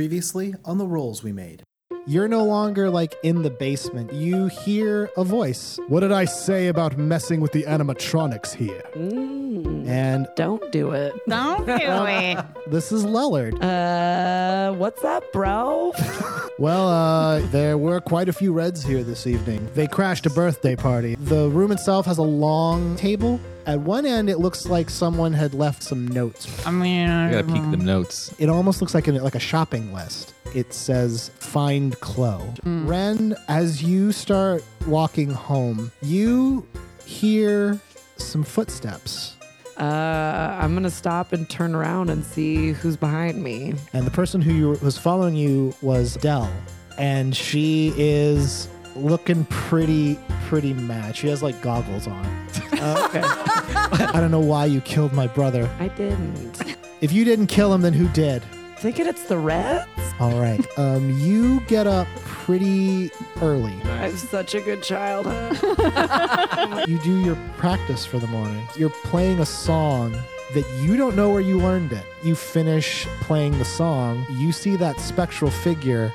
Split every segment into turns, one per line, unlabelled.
previously on the rolls we made. You're no longer like in the basement. You hear a voice,
What did I say about messing with the animatronics here?
and
Don't do it.
Don't do it.
this is Lellard.
Uh, what's up, bro?
Well, uh, there were quite a few Reds here this evening. They crashed a birthday party. The room itself has a long table. At one end, it looks like someone had left some notes.
I mean,
I gotta peek them notes.
It almost looks like a, like a shopping list. It says "Find Chloe." Ren, as you start walking home, you hear some footsteps,
Uh, I'm gonna stop and turn around and see who's behind me.
and the person who you, was following you was Dell, and she is looking pretty pretty mad. She has like goggles on.
Okay.
I don't know why you killed my brother.
I didn't.
If you didn't kill him, then who did?
Thinking it's the Reds?
All right. um, you get up pretty early.
I have such a good childhood.
You do your practice for the morning. You're playing a song that you don't know where you learned it. You finish playing the song, you see that spectral figure.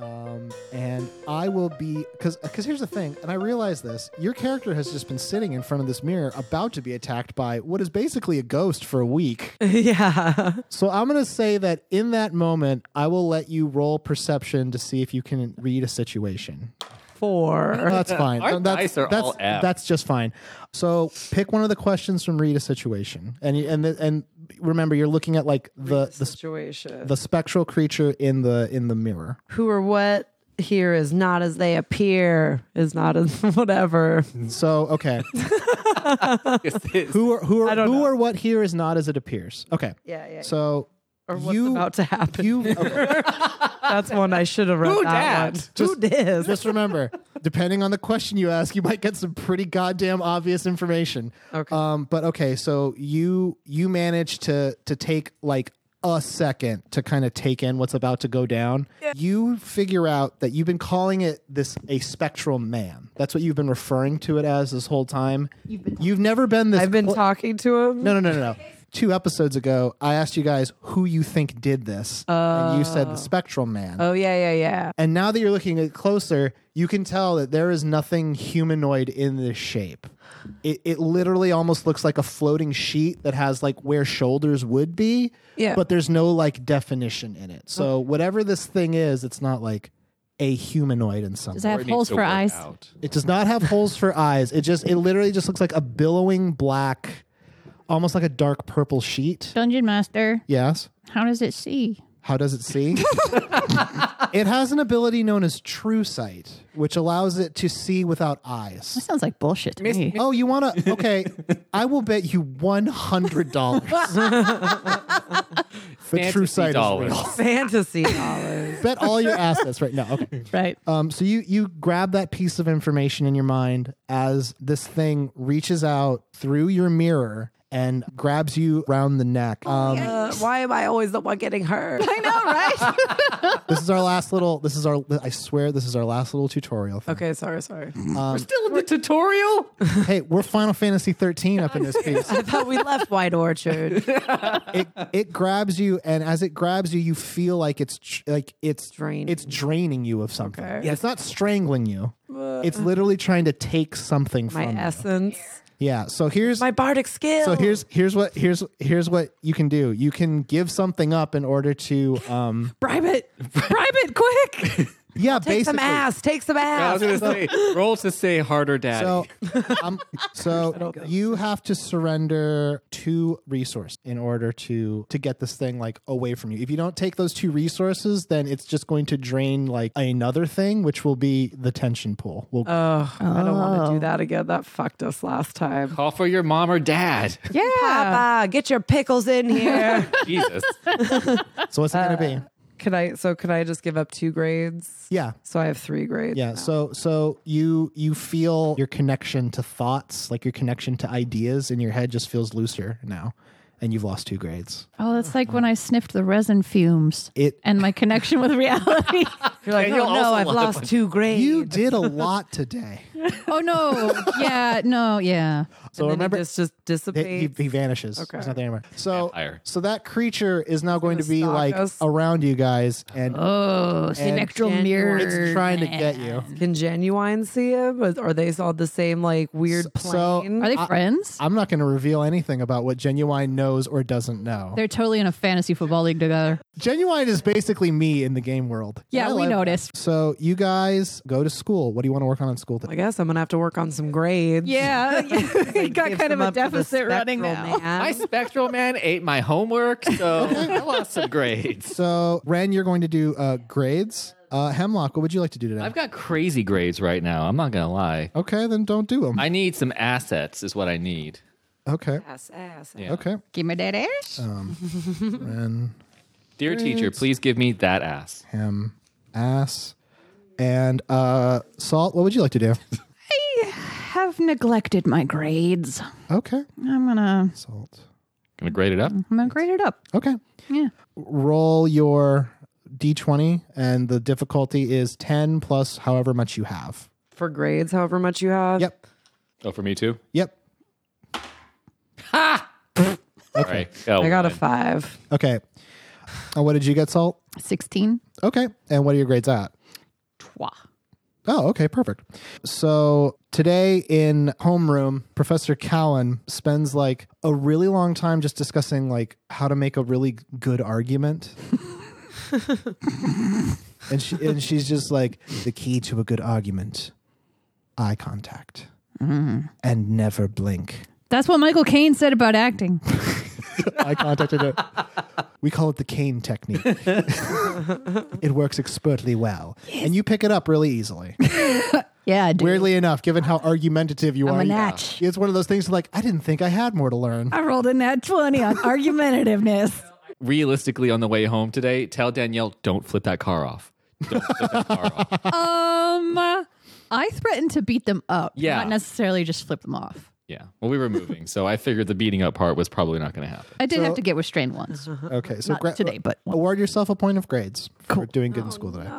Um, and I will be because because here's the thing, and I realize this: your character has just been sitting in front of this mirror, about to be attacked by what is basically a ghost for a week.
yeah.
So I'm going to say that in that moment, I will let you roll perception to see if you can read a situation.
Four.
That's fine.
Our
that's,
dice are
that's,
all apt.
that's just fine. So pick one of the questions from read a situation, and you- and the, and remember, you're looking at like the the, sp-
situation.
the spectral creature in the in the mirror.
Who or what here is not as they appear, is not as whatever.
So okay,
Who
who are who are
I don't
who
know.
or what here is not as it appears. Okay,
Yeah, yeah.
so
or what's
you-
about to happen.
you okay,
That's one I should have read.
Who
that?
dat?
One. Who dis?
just remember, depending on the question you ask, you might get some pretty goddamn obvious information.
okay.
Um, but okay, so you you managed to to take like a second to kind of take in what's about to go down. You figure out that you've been calling it this a spectral man. That's what you've been referring to it as this whole time. You've, been you've never been this.
I've been
clo-
talking to him.
No, no, no, no, no. Two episodes ago, I asked you guys who you think did this, and you
Uh.
said the spectral man.
Oh yeah, yeah, yeah.
And now that you're looking at closer, you can tell that there is nothing humanoid in this shape. It, it literally almost looks like a floating sheet that has like where shoulders would be,
Yeah.
but there's no like definition in it. So whatever this thing is, it's not like a humanoid in some
Does
way.
that have holes for eyes?
It does not have holes for eyes. It just it literally just looks like a billowing black, almost like a dark purple sheet.
Dungeon Master,
Yes.
how does it see?
How does it see? it has an ability known as true sight, which allows it to see without
That
eyes.
sounds like bullshit to me.
Oh, you want to? Okay, I will bet you one hundred dollars. The true
Fantasy
sight
dollars.
is real.
Fantasy dollars.
Bet all your assets right now. Okay.
Right.
Um, so you you grab that piece of information in your mind as this thing reaches out through your mirror and grabs you round the neck. Um,
Uh, why am I always the one getting hurt?
I know, right?
this is our last little. This is our. I swear, this is our last little tutorial. Thing.
Okay, sorry, sorry.
We're still in the tutorial.
Hey, we're Final Fantasy thirteen up in this piece.
I thought we left White Orchard.
it it grabs you, and as it grabs you, you feel like it's tr- like it's
Draining.
It's draining you of something.
Okay.
It's not strangling you.
Uh,
It's literally trying to take something
my
from you.
essence,
Yeah. So here's
my bardic skill.
so here's here's what here's here's what you can do. You can give something up in order to um
bribe it, bribe it, quick. Take
yeah
some
basically.
ass. Take some
I was
ass.
gonna say roll to say harder, daddy.
So um so you have to surrender two resource in order to to get this thing like away from you. If you don't take those two resources, then it's just going to drain like another thing, which will be the tension pool. We'll
Oh, I don't want to
Oh.
do that again. That fucked us last time.
Call for your mom or dad.
Yeah.
Oh. Papa, get your pickles in here.
Jesus.
So what's it gonna
uh,
be?
can I? So can I just give up two grades?
Yeah.
So I have three grades.
Yeah. So so you you feel your connection to thoughts, like your connection to ideas in your head just feels looser now. and you've lost two grades.
Oh, that's like when I sniffed the resin fumes
It
and my connection with reality.
You're like,
And
oh
you'll
no,
also
I've
love
lost two grades.
you did a lot today.
oh no. Yeah, no, yeah.
So
and then
remember,
it just just
that he,
dissipates.
he vanishes. Okay. There's nothing anymore. So
Vampire.
so that creature is now going to
gonna
be
stalk
like
us.
around you guys and
Oh, spectral
January.
mirror.
it's trying to get you.
Can genuine see him? Or Are they all the same like weird
S- so-
plane?
Are they
I-
friends?
I'm not going to reveal anything about what Genuine knows or doesn't know.
They're totally in a fantasy football league together.
Genuine is basically me in the game world.
Yeah,
I
we
love-
noticed.
So you guys go to school. What do you want to work on in school
I
today?
guess I'm gonna have to work on some grades.
Yeah,
Like, give them up to the spectral man.
My spectral man ate my homework, so I lost some grades.
So Ren, you're going to do uh, grades. Uh, Hemlock, what would you like to do today?
I've got crazy grades right now. I'm not gonna lie.
okay, then don't do them.
I need some assets, is what I need.
okay.
ass, ass.
Yeah.
Okay.
Give me that ass.
Oh. Ren,
Dear teacher, please give me that ass.
Hem, Ass, and uh, Salt. What would you like to do?
Have neglected my grades.
okay.
I'm gonna
Salt.
Gonna grade it up.
I'm gonna grade it up.
Okay.
Yeah.
Roll your d20, and the difficulty is 10 plus however much you have.
For grades, however much you have.
Yep.
Oh, for me too.
Yep.
Okay. All right. Oh,
I got a
fine.
five.
Okay. And what did you get, Salt?
Sixteen.
Okay. And what are your grades at?
Twa.
Oh, okay, perfect. So today in homeroom, Professor Callan spends like a really long time just discussing like how to make a really good argument. and she and she's just like the key to a good argument, eye contact, and never blink.
That's what Michael Caine said about acting.
I contacted her. We call it the cane technique. it works expertly well, and you pick it up really easily.
Yeah, dude.
Weirdly enough, given how argumentative you are,
a
you-
natch. Uh,
it's one of those things like I didn't think I had more to learn.
I rolled a nat twenty on argumentativeness.
Realistically, on the way home today, tell Danielle don't flip that car off. Don't flip that car off.
Um, I threatened to beat them up.
Yeah.
Not necessarily just flip them off.
Yeah. Well, we were moving, so I figured the beating up part was probably not going to happen.
I did have to get restrained once.
Okay, so
Not
gra- uh,
today, Oh, but once.
award yourself a point of grades for doing good in school today.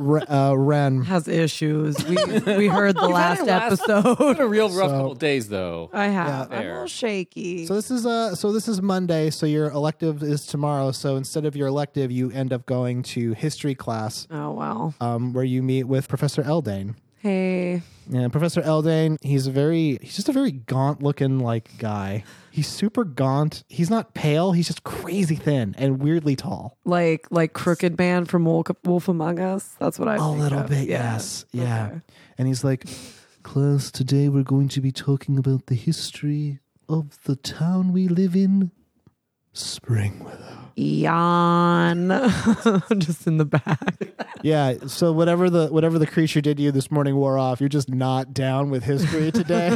Re- uh, Ren,
Has issues. We we heard the last episode.
a real rough couple days, though.
I have. I'm a
Fair.
little shaky.
so this is uh, so this is Monday. So your elective is tomorrow. So instead of your elective, you end up going to history class,
oh well.
um, where you meet with Professor Eldane.
Hey.
Yeah, Professor Eldane, he's a very he's just a very gaunt looking like guy. He's super gaunt. He's not pale, he's just crazy thin and weirdly tall.
Like like crooked man from Wolf, Wolf Among Us. That's what I
A
think
little
of.
bit,
Yeah.
yes. Yeah.
Okay.
And he's like, Class, today we're going to be talking about the history of the town we live in, Springwell.
Yawn. Just in the back.
Yeah, so whatever the whatever the creature did to you this morning wore off. You're just not down with history today.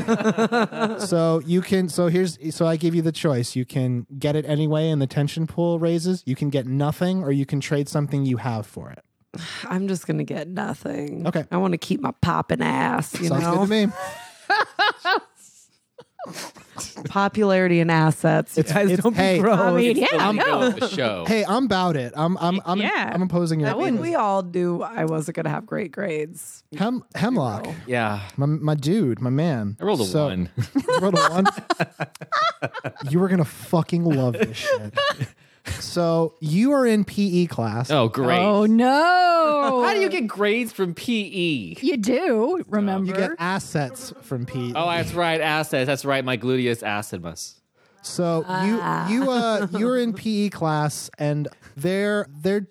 so you can so here's so I give you the choice. You can get it anyway and the tension pool raises. You can get nothing or you can trade something you have for it.
I'm just gonna get nothing.
Okay.
I want to keep my popping ass. You
Sounds
know,
good to me.
popularity and assets. You
It's-
guys
it's-
don't
hey,
be gross.
I mean,
The
yeah,
real
no.
of the show.
Hey, I'm about it. I'm I'm I'm
Yeah.
I'm opposing your
I mean, we all do. I wasn't gonna have great grades.
Hem, hemlock.
Yeah.
My, my dude, my man.
I rolled a
So-
one.
You rolled a one. you are gonna fucking love this shit. So you are in PE class.
Oh, great.
Oh no!
How do you get grades from E? PE?
You do remember?
You get assets from E. Pete.
Oh, that's right, acid. That's right, my gluteus acidus.
So you you uh you're in PE class and they're they're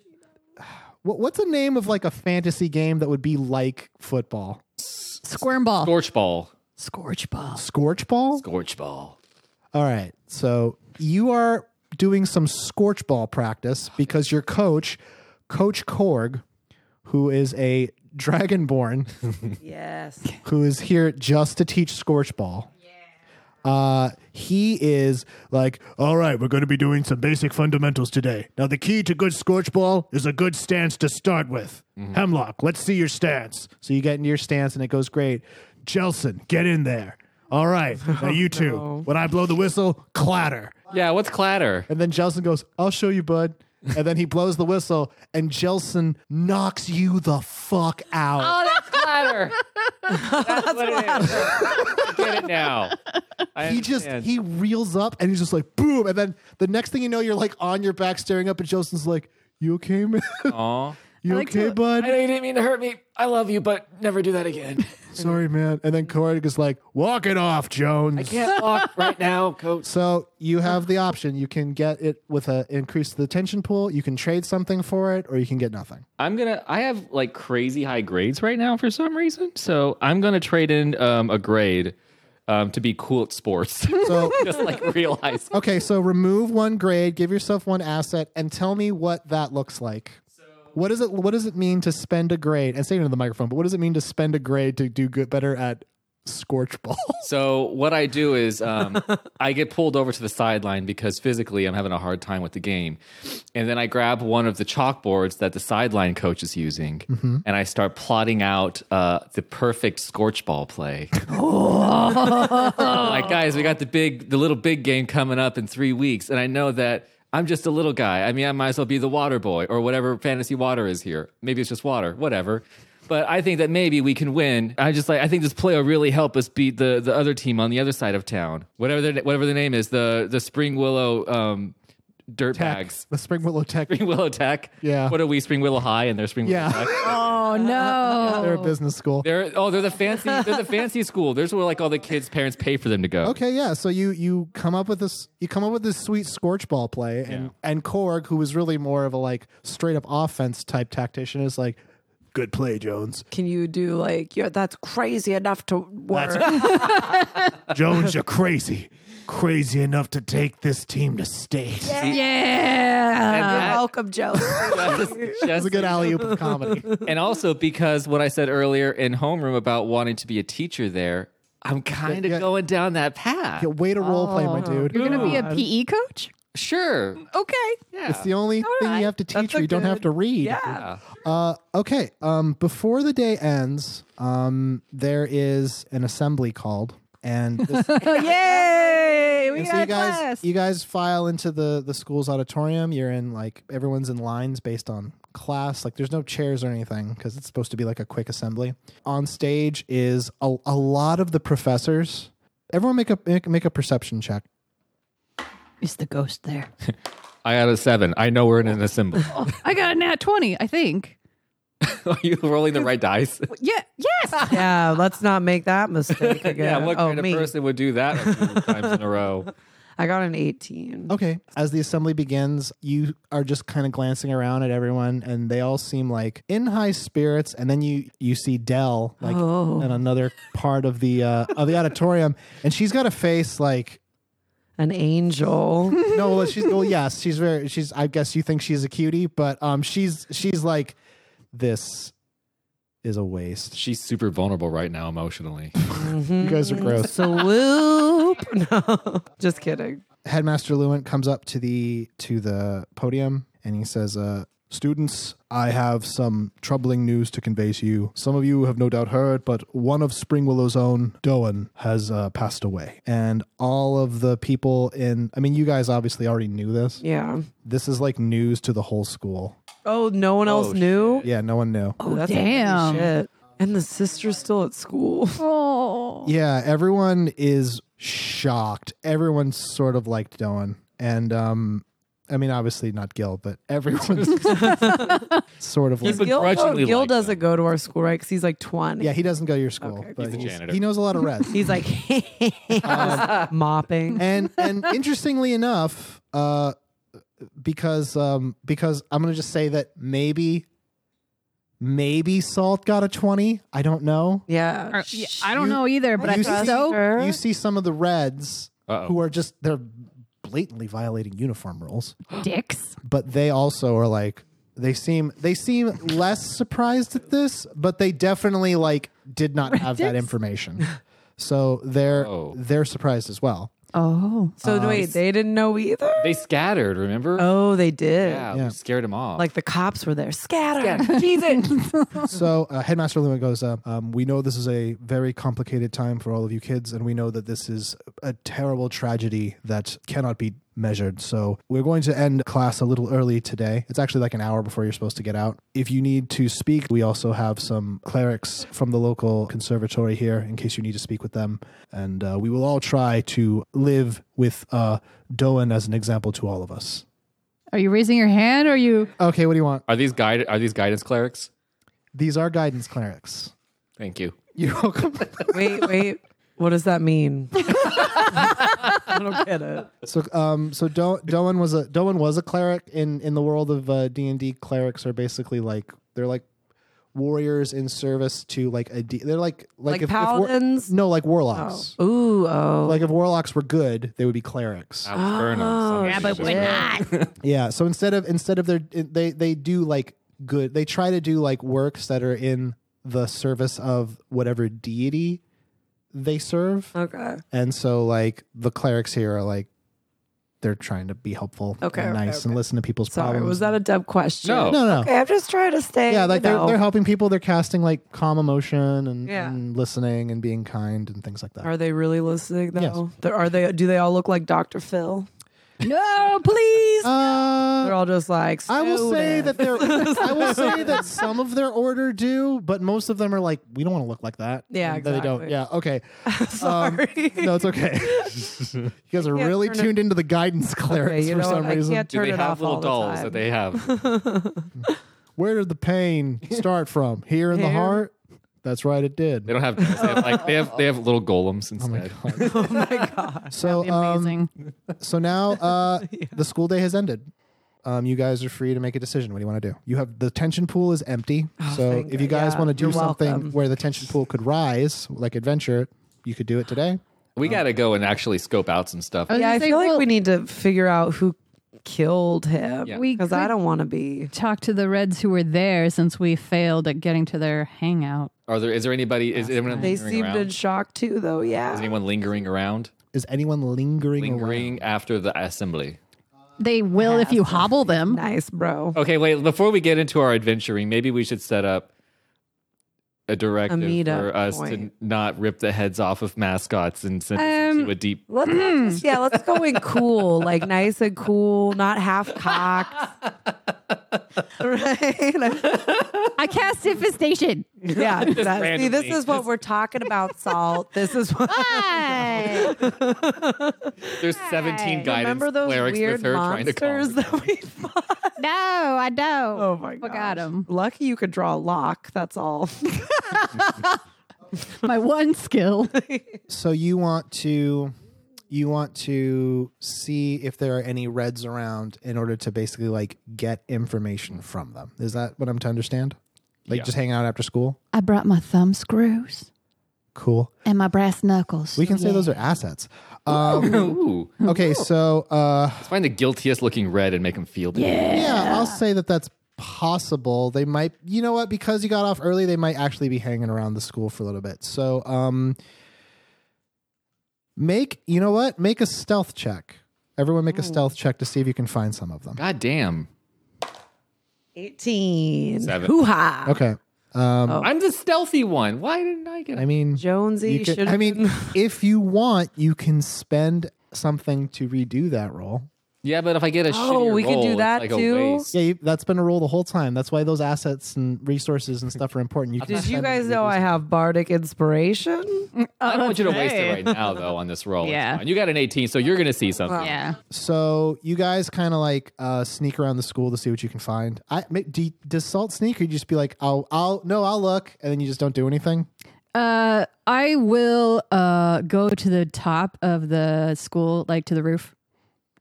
what, what's the name of like a fantasy game that would be like football?
Squirm ball.
Scorch ball.
Scorch ball.
Scorch ball?
Scorch ball.
All right. So you are doing some scorch ball practice because your coach, Coach Korg, who is a dragonborn
Yes.
who is here just to teach Scorch Ball. Uh, he is like, all right, we're going to be doing some basic fundamentals today. Now, the key to good Scorch Ball is a good stance to start with. Hemlock, let's see your stance. So you get into your stance and it goes great. Jelson, get in there.
All right, now you two.
no.
When I blow the whistle, clatter.
Yeah, what's clatter?
And then Jelson goes, I'll show you, bud. And then he blows the whistle, and Jelson knocks you the fuck out.
Oh, that's clatter. that's, what it is. I get it now. I
he just
understand.
he reels up and he's just like boom. And then the next thing you know, you're like on your back staring up at Jelson's like, You okay, man?
Aw.
You
like
okay,
to-
bud?
I know you didn't mean to hurt me. I love you, but never do that again.
Sorry, man. And then Corey is like,
Walk it off, Jones.
Can't walk right now, coach.
So you have the option. You can get it with a increase to the tension pool. You can trade something for it, or you can get nothing.
I'm gonna. I have like crazy high grades right now for some reason, so I'm gonna trade in um, a grade um, to be cool at sports.
So
just like realize.
okay, so remove one grade, give yourself one asset, and tell me what that looks like. What is it? What does it mean to spend a grade? And say into the microphone. But what does it mean to spend a grade to do good, better at scorch balls?
So what I do is um, I get pulled over to the sideline because physically I'm having a hard time with the game, and then I grab one of the chalkboards that the sideline coach is using, and I start plotting out uh, the perfect scorch ball play.
Oh.
like guys, we got the big, the little big game coming up in three weeks, and I know that. I'm just a little guy. I mean, I might as well be the water boy or whatever fantasy water is here. Maybe it's just water, whatever. But I think that maybe we can win. I just like I think this play will really help us beat the the other team on the other side of town, whatever their, whatever the name is, the the Spring Willow um, dirt bags,
The spring willow tech.
Spring Willow Tech.
Yeah.
what are we? Spring Willow High and they're Spring Willow
Yeah.
Tech.
Oh no.
They're a business school.
They're oh they're the fancy they're the fancy school. There's where like all the kids' parents pay for them to go.
Okay, yeah. So you you come up with this you come up with this sweet scorch ball play, and and Korg, who was really more of a like straight up offense type tactician, is like,
Good play, Jones.
Can you do like, yeah, that's crazy enough to work?
Jones, you're crazy. Crazy enough to take this team to state.
Yeah.
And that-
Welcome, Joe.
that's
"That's a
just
good alley oop of comedy."
and also because what I said earlier in homeroom about wanting to be a teacher there, I'm kind of
Yeah.
going down that path.
Yeah, way to role play, my dude.
You're gonna be a PE coach?
Sure.
Okay.
Yeah.
It's the only thing
right.
you have to teach
That's
where
a
you don't have
good-
to read.
yeah.
Uh, okay. Um, before the day ends, um, there is an assembly called, and, this, and
Yay! We
so you guys you guys file into the the school's auditorium. You're in like everyone's in lines based on class. Like there's no chairs or anything because it's supposed to be like a quick assembly. On stage is a, a lot of the professors. Everyone make a make, make a perception check.
Is the ghost there?
I got a seven. I know we're in an assembly.
Oh, I got a nat 20, I think.
Are you rolling the right dice?
Yeah. Yes.
yeah, let's not make that mistake again.
what
oh,
kind of
me.
person would do that a few times in a row?
I got an 18.
Okay. As the assembly begins, you are just kind of glancing around at everyone, and they all seem like in high spirits. And then you you see Dell like
Oh.
in another part of the uh, of the auditorium, and she's got a face like
An angel.
no, well, she's well, yes, she's very she's. I guess you think she's a cutie, but um, she's she's like this is a waste.
She's super vulnerable right now emotionally.
You guys are gross.
Swoop. No, just kidding.
Headmaster Lewin comes up to the to the podium and he says, uh, "Students, I have some troubling news to convey to you. Some of you have no doubt heard, but one of Spring Willow's own, Doan, has uh, passed away, and all of the people in. I mean, you guys obviously already knew this.
Yeah.
This is like news to the whole school.
Oh, no one else knew?
Yeah, no one knew.
Oh, that's
damn.
holy Shit. And the sister's still at school.
Oh.
Yeah, everyone is shocked. Everyone sort of liked Doan. And um I mean obviously not Gil, but everyone's sort of like
He's
Gil, oh,
begrudgingly
Gil
like
doesn't
that.
go to our school, right? Because he's like 20.
Yeah, he doesn't go to your school.
Okay.
but
He's the janitor.
He knows a lot of red.
He's like Um, mopping.
and and interestingly enough, uh because um because I'm gonna just say that maybe maybe Salt got a twenty. I don't know.
Yeah.
I don't
You-
know either, but I
you
think
see-
so.
Sure.
You see some of the reds
Uh-oh.
who are just they're blatantly violating uniform rules.
Dicks.
but they also are like they seem they seem less surprised at this, but they definitely like did not have that information. So they're
Oh.
they're surprised as well.
Oh.
So wait, they didn't know either.
They scattered, remember?
oh, they did.
yeah,
Yeah.
We scared them off.
Like the cops were there. Scatter. Jesus.
So uh, Headmaster Luma goes, uh, um, "We know this is a very complicated time for all of you kids, and we know that this is a terrible tragedy that cannot be measured. So we're going to end class a little early today. It's actually like an hour before you're supposed to get out. If you need to speak, we also have some clerics from the local conservatory here in case you need to speak with them, and uh, we will all try to live with uh, Doan as an example to all of us."
Are you raising your hand or are you
Okay, what do you want?
are these guide are these guidance clerics?
These are guidance clerics.
Thank you.
You're welcome.
wait, wait. What does that mean? I don't get it.
So, um, so Do- Doan was a Doan was a cleric in in the world of uh, D and D. Clerics are basically like they're like warriors in service to like a de- they're like like,
Like
if, If
paladins?
war- no, like warlocks.
Ooh, oh.
Like if warlocks were good, they would be clerics.
I'll burn 'em.
Oh,
Somebody
yeah, but
just-
when-
Yeah. So instead of instead of their they they do like good. They try to do like works that are in the service of whatever deity they serve.
Okay.
And so like the clerics here are like they're trying to be helpful
Okay,
and
okay,
nice and listen to people's
Sorry,
problems.
was that a dumb question?
No.
no, no.
Okay, I'm just trying to stay.
Yeah, like
you
they're,
know.
they're helping people. They're casting like calm emotion and,
Yeah.
and listening and being kind and things like that.
Are they really listening though?
Yes.
They're- Are they? Do they all look like Dr. Phil?
No, please.
They're
Uh,
all just like.
I will say
"Snowden."
that they're. I will say that some of their order do, but most of them are like, we don't want to look like that.
Yeah,
And they don't.
exactly.
Yeah, okay. Um,
Sorry.
No, it's okay. you guys are
can't
really
turn it-
tuned into the guidance
Okay,
clerics
you
for
know what?
some reason.
I can't
Do
turn
they
it
have
off
little
all
dolls
the time.
that they have?
Where did the pain start from? Here in the
Here.
heart? That's right, it did.
They don't have, dolls. they have like they have they have little golems instead.
oh my god.
So, um,
Amazing.
so now uh, the school day has ended. Um, you guys are free to make a decision. What do you want to do? You have the tension pool is empty. so
Oh, thank
if you
God.
guys
Yeah,
want to do
you're
something
welcome.
where the tension pool could rise, like adventure, you could do it today.
we gotta go and actually scope out some stuff.
was
Yeah,
gonna
I
say,
feel like
well-
we need to figure out who killed him.
Yeah.
We
Because I
could-
don't want to be.
Talk to the Reds who were there since we failed at getting to their hangout.
Are there is there anybody is anyone
They
lingering
seemed in
around?
shock too, though.
Is
Yeah.
anyone lingering around?
Is anyone lingering? around?
Lingering after the assembly.
They will if you hobble them.
Nice, bro.
Okay, wait. Before we get into our adventuring, maybe we should set up a directive
meetup
for us
point.
to not rip the heads off of mascots and send us
Um,
into a deep.
Let's yeah, let's go in cool, like nice and cool, not half cocked. right?
I cast infestation.
Yeah. That, see, this
randomly.
is what we're talking about, Salt. This is what
Hi.
There's 17 guidance
remember those
clerics
weird
with her trying to call.
monsters that we fought.
no, I don't.
Oh my god.
Forgot 'em.
Lucky you could draw a lock, that's all.
My one skill.
So you want to you want to see if there are any reds around in order to basically like get information from them. Is that what I'm to understand? Like
Yeah.
just hang out after school?
I brought my thumb screws
Cool.
and my brass knuckles.
We can say those are assets. Um,
Ooh,
okay, so uh,
let's find the guiltiest looking red and make them feel bad.
yeah, I'll say that that's possible. They might, you know what? Because you got off early, they might actually be hanging around the school for a little bit. So, um, make you know what? Make a stealth check. Everyone, make a stealth check to see if you can find some of them.
God damn.
18.
Seven.
Hoo ha.
Okay. Um,
Oh.
I'm the stealthy one. Why didn't I get
I mean,
Jonesy
you can-
should
I mean, if you want, you can spend something to redo that roll.
Yeah, but if I get a
Oh,
shittier
we could do
roll, it's
that
like a
too?
waste.
Yeah, you, that's been a roll the whole time. That's why those assets and resources and stuff are important. You can
Did you
spend them
guys
to
know
redo
I have Bardic inspiration?
I don't want you to waste it right now, though, on this roll. It's
Yeah.
fine. You got an 18, so you're going to see something.
Yeah.
So you guys kind of like uh, sneak around the school to see what you can find. I ma- do you- does Salt sneak, or you just be like, "I'll, I'll, no, I'll look," and then you just don't do anything.
Uh, I will uh go to the top of the school, like to the roof,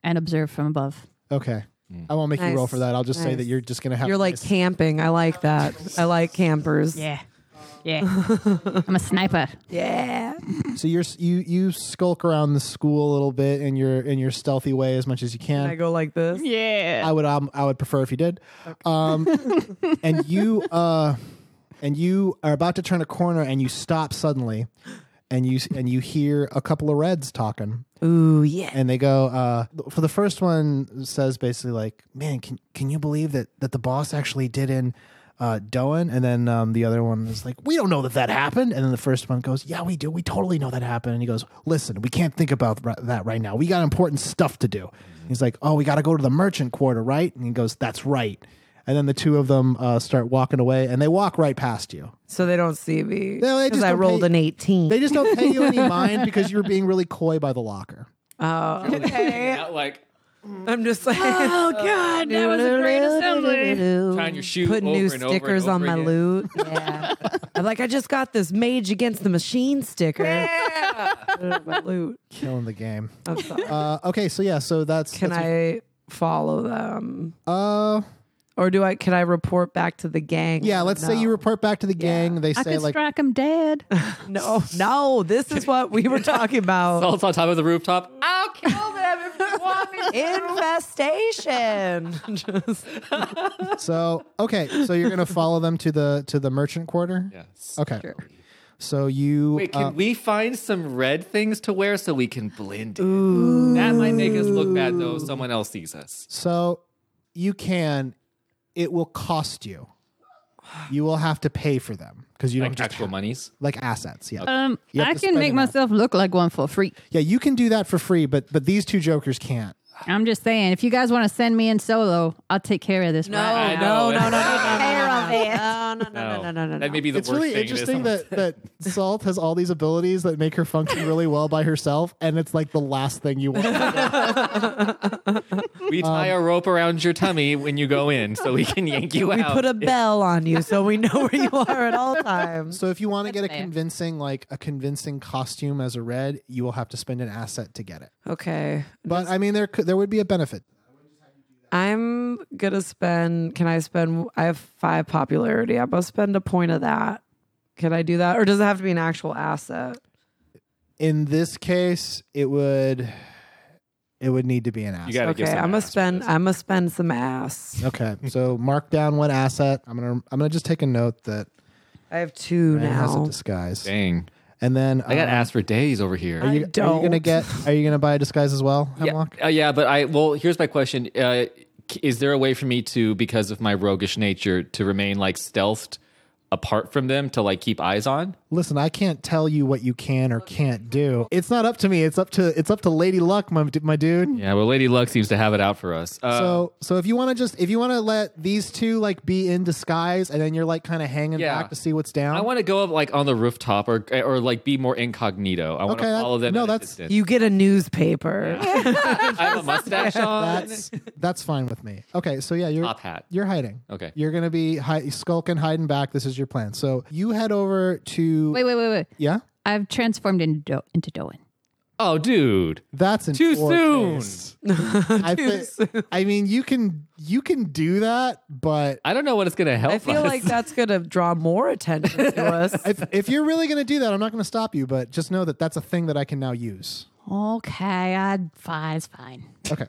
and observe from above.
Okay, I won't make you roll
Nice.
for that. I'll just say
Nice.
that you're just gonna have.
You're like
nice-
camping. I like that. I like campers.
Yeah. Yeah. I'm a sniper.
Yeah.
so you're s- you you skulk around the school a little bit in your in your stealthy way as much as you
I
can.
go like this.
Yeah.
I would um, I would prefer if you did. Um, and you uh, and you are about to turn a corner and you stop suddenly, and you and you hear a couple of reds talking
Ooh, yeah.
and they go uh, for the first one says basically like man can can you believe that that the boss actually did in uh, Doan and then um, the other one is like we don't know that that happened and then the first one goes yeah we do we totally know that happened and he goes listen we can't think about ri- that right now we got important stuff to do he's like oh we got to go to the merchant quarter right and he goes that's right and then the two of them uh, start walking away and they walk right past you
So they don't see me.
No, they
because
just
I
don't
rolled
pay-
an 18.
they just don't pay you any mind because you were being really coy by the locker
oh, okay.
Not like
I'm just like, oh god, that was a great assembly.
Trying your shoe
putting
over
new
and over and
stickers
over
on my
again.
loot. Yeah, I'm like, I just got this Mage Against the Machine sticker. Yeah, my loot.
killing the game
I'm sorry.
uh, okay so yeah so that's
Can
that's-
I follow them,
Uh,
or do I? Can I report back to the gang?
yeah. Let's say you
No.
report back to the gang. They
I
say
could
like,
strike him dead.
No, no. This is what we were talking about.
Salt's on top of the rooftop.
I'll kill them if you want me. Infestation. Just-
so okay. So you're gonna follow them to the to the merchant quarter.
Yes.
Okay. So you.
Wait, can
Oh,
uh,
we find some red things to wear so we can blend in? That might make us look bad though. if Someone else sees us.
so you can. It will cost you. You will have to pay for them because you don't
Like
just
actual
have-
monies.
like assets. Yeah.
Um,
You have
I
to
can
spend
make
enough.
myself look like one for free.
Yeah. You can do that for free, but but these two jokers can't.
I'm just saying, if you guys want to send me in solo, I'll take care of this. right
I
no,
now.
know.
Oh, no, no, no, no,
Care of it.
no, no, no, no, no, no, no, no.
That may be the
it's
worst
really
thing.
interesting that that Salt has all these abilities that make her function really well by herself, and it's like the last thing you want.
we tie
um,
a rope around your tummy when you go in so we can yank you out.
We put a bell on you so we know where you are at all times.
So if you want to get a
fair.
convincing like a convincing costume as a red, you will have to spend an asset to get it.
Oh, Okay.
But I mean there could, there would be a benefit.
I'm going to spend. Can I spend? I have five popularity. I'm going to spend a point of that. Can I do that? Or does it have to be an actual asset?
In this case, it would it would need to be an asset.
You gotta
Okay.
give some
I'm going
ass
to
for
spend.
this.
I'm going to spend some ass.
Okay. So mark down one asset. I'm going to I'm going to just take a note that
I have two
Rand has a
now.
disguise.
Dang,
And then
I got
um,
asked for days over here.
Are you,
I don't.
are you going to get are you going to buy a disguise as well? Hemlock?
Yeah, uh, yeah, but I well, here's my question: uh, c- Is there a way for me to, because of my roguish nature, to remain like stealthed apart from them to like keep eyes on?
Listen, I can't tell you what you can or can't do. It's not up to me. It's up to it's up to Lady Luck, my my dude.
Yeah, well, Lady Luck seems to have it out for us. Uh,
So so if you want to just if you want to let these two like be in disguise and then you're like kind of hanging
Yeah.
back to see what's down.
I want to go up like on the rooftop or or like be more incognito. I want to
Okay, that-
follow them.
no,
at a
that's-
distance.
You get a newspaper.
I have a mustache on.
that's that's fine with me. Okay, so yeah, you're
Top hat.
you're hiding.
Okay.
You're going to be hi- skulking hiding back. This is your plan. So you head over to
Wait, wait, wait, wait.
Yeah?
I've transformed into Do- into Doan.
Oh, dude.
That's in
Too
poor
soon.
taste. I, thi- I mean, you can you can do that, but
I don't know what it's gonna help.
I feel
us.
like that's going to draw more attention to us.
if, if you're really going to do that, I'm not going to stop you, but just know that that's a thing that I can now use.
Okay, I fine, it's fine.
Okay.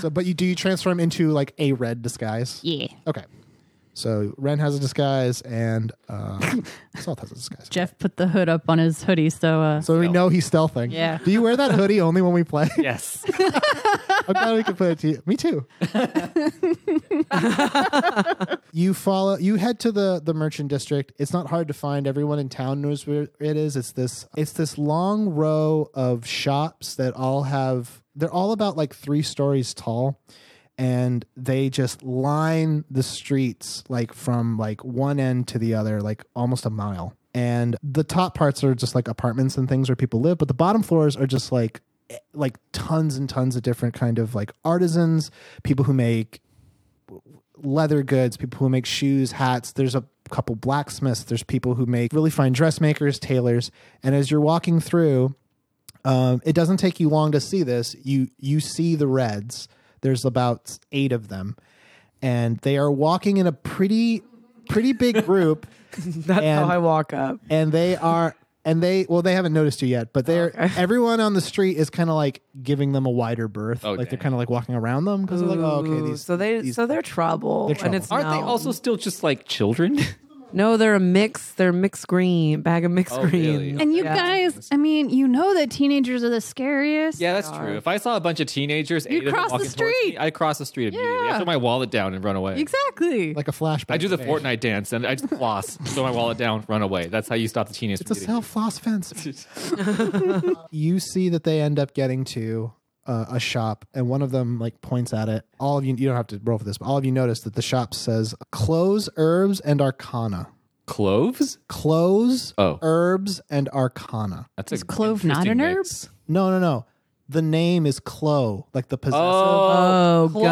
so but you do you transform into like a red disguise?
Yeah.
Okay. So Ren has a disguise and uh, Salt has a disguise.
Jeff put the hood up on his hoodie, so uh,
So we know he's stealthing.
Yeah.
Do you wear that hoodie only when we play?
yes.
I'm glad we could put it to you. Me too. you follow. You head to the the merchant district. It's not hard to find. Everyone in town knows where it is. It's this. It's this long row of shops that all have. They're all about like three stories tall, and they just line the streets like from like one end to the other, like almost a mile. And the top parts are just like apartments and things where people live, but the bottom floors are just like eh, like tons and tons of different kind of like artisans, people who make leather goods, people who make shoes, hats. There's a couple blacksmiths. There's people who make really fine dressmakers, tailors. And as you're walking through, um, it doesn't take you long to see this. You you see the reds. There's about eight of them, and they are walking in a pretty pretty big group.
That's
And-
how I walk up.
and they are and they well they haven't noticed you yet but
Oh,
they're everyone on the street is kind of like giving them a wider berth
Oh,
like they're
dang.
kind of like walking around them because they're like oh okay
Ooh,
these
so they
these-
so they're trouble,
They're trouble.
and it's
Aren't they
known.
also still just like children?
No, they're a mix. They're mixed green, bag of mixed
Oh,
green.
really?
And you
Yeah.
guys, I mean, you know that teenagers are the scariest.
Yeah, that's true. If I saw a bunch of teenagers,
You'd
eight of them
cross the
walking towards
street.
me, I'd cross the street immediately.
Yeah.
I put my wallet down and run away.
Exactly.
like a flashback.
I do the
Hey,
Fortnite dance and I just floss, throw my wallet down, run away. That's how you stop the teenagers.
It's a
from getting
self floss fence. you see that they end up getting to uh, a shop, and one of them like points at it. All of you, you don't have to roll for this, but all of you notice that the shop says clothes, herbs, and arcana.
you. cloves.
Clothes,
Oh.
herbs, and arcana.
That's a
Is clove not
interesting
an herb?
mix.
No, no, no. The name is Clo, like the possessive.
Oh, go get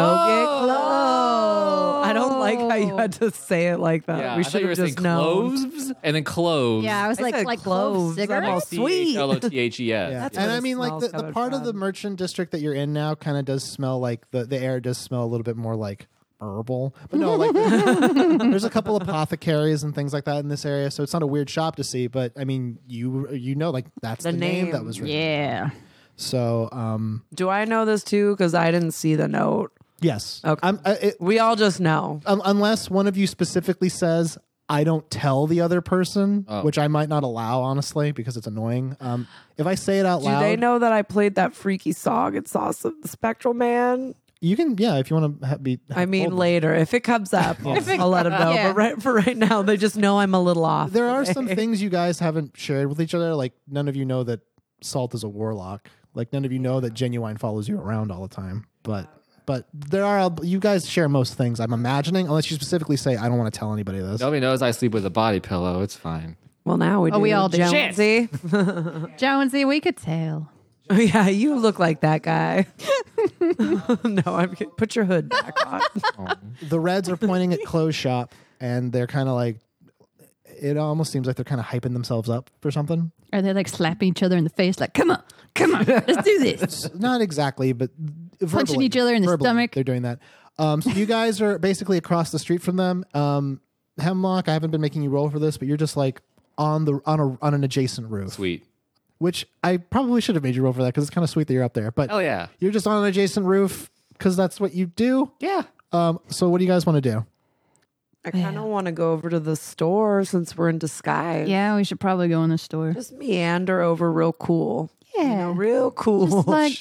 Clove.
clove. I don't like how you had to say it like that.
Yeah,
we
I thought
should
you were
have
saying
just known.
cloves and then cloves.
yeah, I was
I
like,
said
like clove
cloves. I'm all
cigarettes.
Sweet.
L O T H E S.
Yeah.
That's
and
where
I
the
mean, like the,
smell's
the
coming
part of the
from.
merchant district that you're in now kind of does smell like the, the air does smell a little bit more like herbal. But no, like there's a couple apothecaries and things like that in this area, so it's not a weird shop to see. But I mean, you you know, like that's the,
The
name. that
name,
was written.
Yeah.
So um,
Do I know this too? Because I didn't see the note.
yes,
Okay.
I'm, I, it,
We all just know.
um, unless one of you specifically says. I don't tell the other person,
Oh.
which I might not allow, honestly, because it's annoying. Um, if I say it out
Do
loud,
they know that I played that freaky song and saw some the Spectral Man?
you can, yeah, if you want to ha- be.
I mean,
hold them.
later if it comes up, I'll, I'll let them know.
Yeah.
But right for right now, they just know I'm a little off.
there are some things you guys haven't shared with each other. Like none of you know that Salt is a warlock. Like none of you know that Genuine follows you around all the time. But but there are you guys share most things. I'm imagining, unless you specifically say I don't want to tell anybody this.
Nobody knows I sleep with a body pillow. It's fine.
Well, now we
Oh,
do.
we all do.
See?
Jonesy, we could tell.
yeah, you look like that guy. no, I'm kidding. put your hood back on.
The Reds are pointing at Clothes Shop, and they're kind of like. It almost seems like they're kind of hyping themselves up for something.
Are they like slapping each other in the face? Like, come on, come on, let's do this.
Not exactly, but verbally-
each other in the
verbally,
stomach.
They're doing that. Um, so you guys are basically across the street from them. Um, Hemlock, I haven't been making you roll for this, but you're just like on the on a on an adjacent roof,
Sweet.
which I probably should have made you roll for that because it's kind of sweet that you're up there. But
Oh,
Hell yeah.
you're just on an adjacent roof because that's what you do.
Yeah.
Um, so what do you guys want to do?
I kind of want to go over to the store since we're in disguise.
Yeah, we should probably go in the store.
Just meander over real cool. You know,
Yeah.
real cool.
Just like,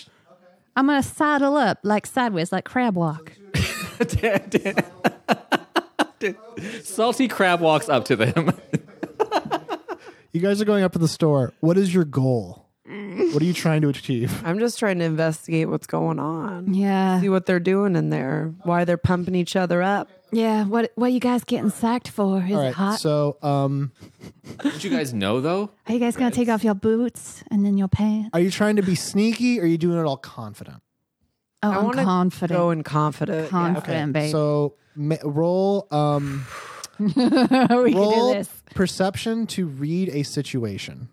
I'm gonna saddle up like sideways, like crab walk.
Salty crab walks up to them.
You guys are going up to the store. What is your goal?
Mm.
what are you trying to achieve?
I'm just trying to investigate what's going on.
Yeah,
See what they're doing in there, why they're pumping each other up.
yeah. What what you guys getting sacked for? Is
All
it
right.
hot?
So um,
Did you guys know though?
Are you guys gonna take off your boots and then your pants?
are you trying to be sneaky? Or are you doing it all confident?
Oh,
I
I'm
wanna
confident.
Go and confident. yeah.
confident, babe.
So ma- roll. Um,
we can do
roll
this.
perception to read a situation.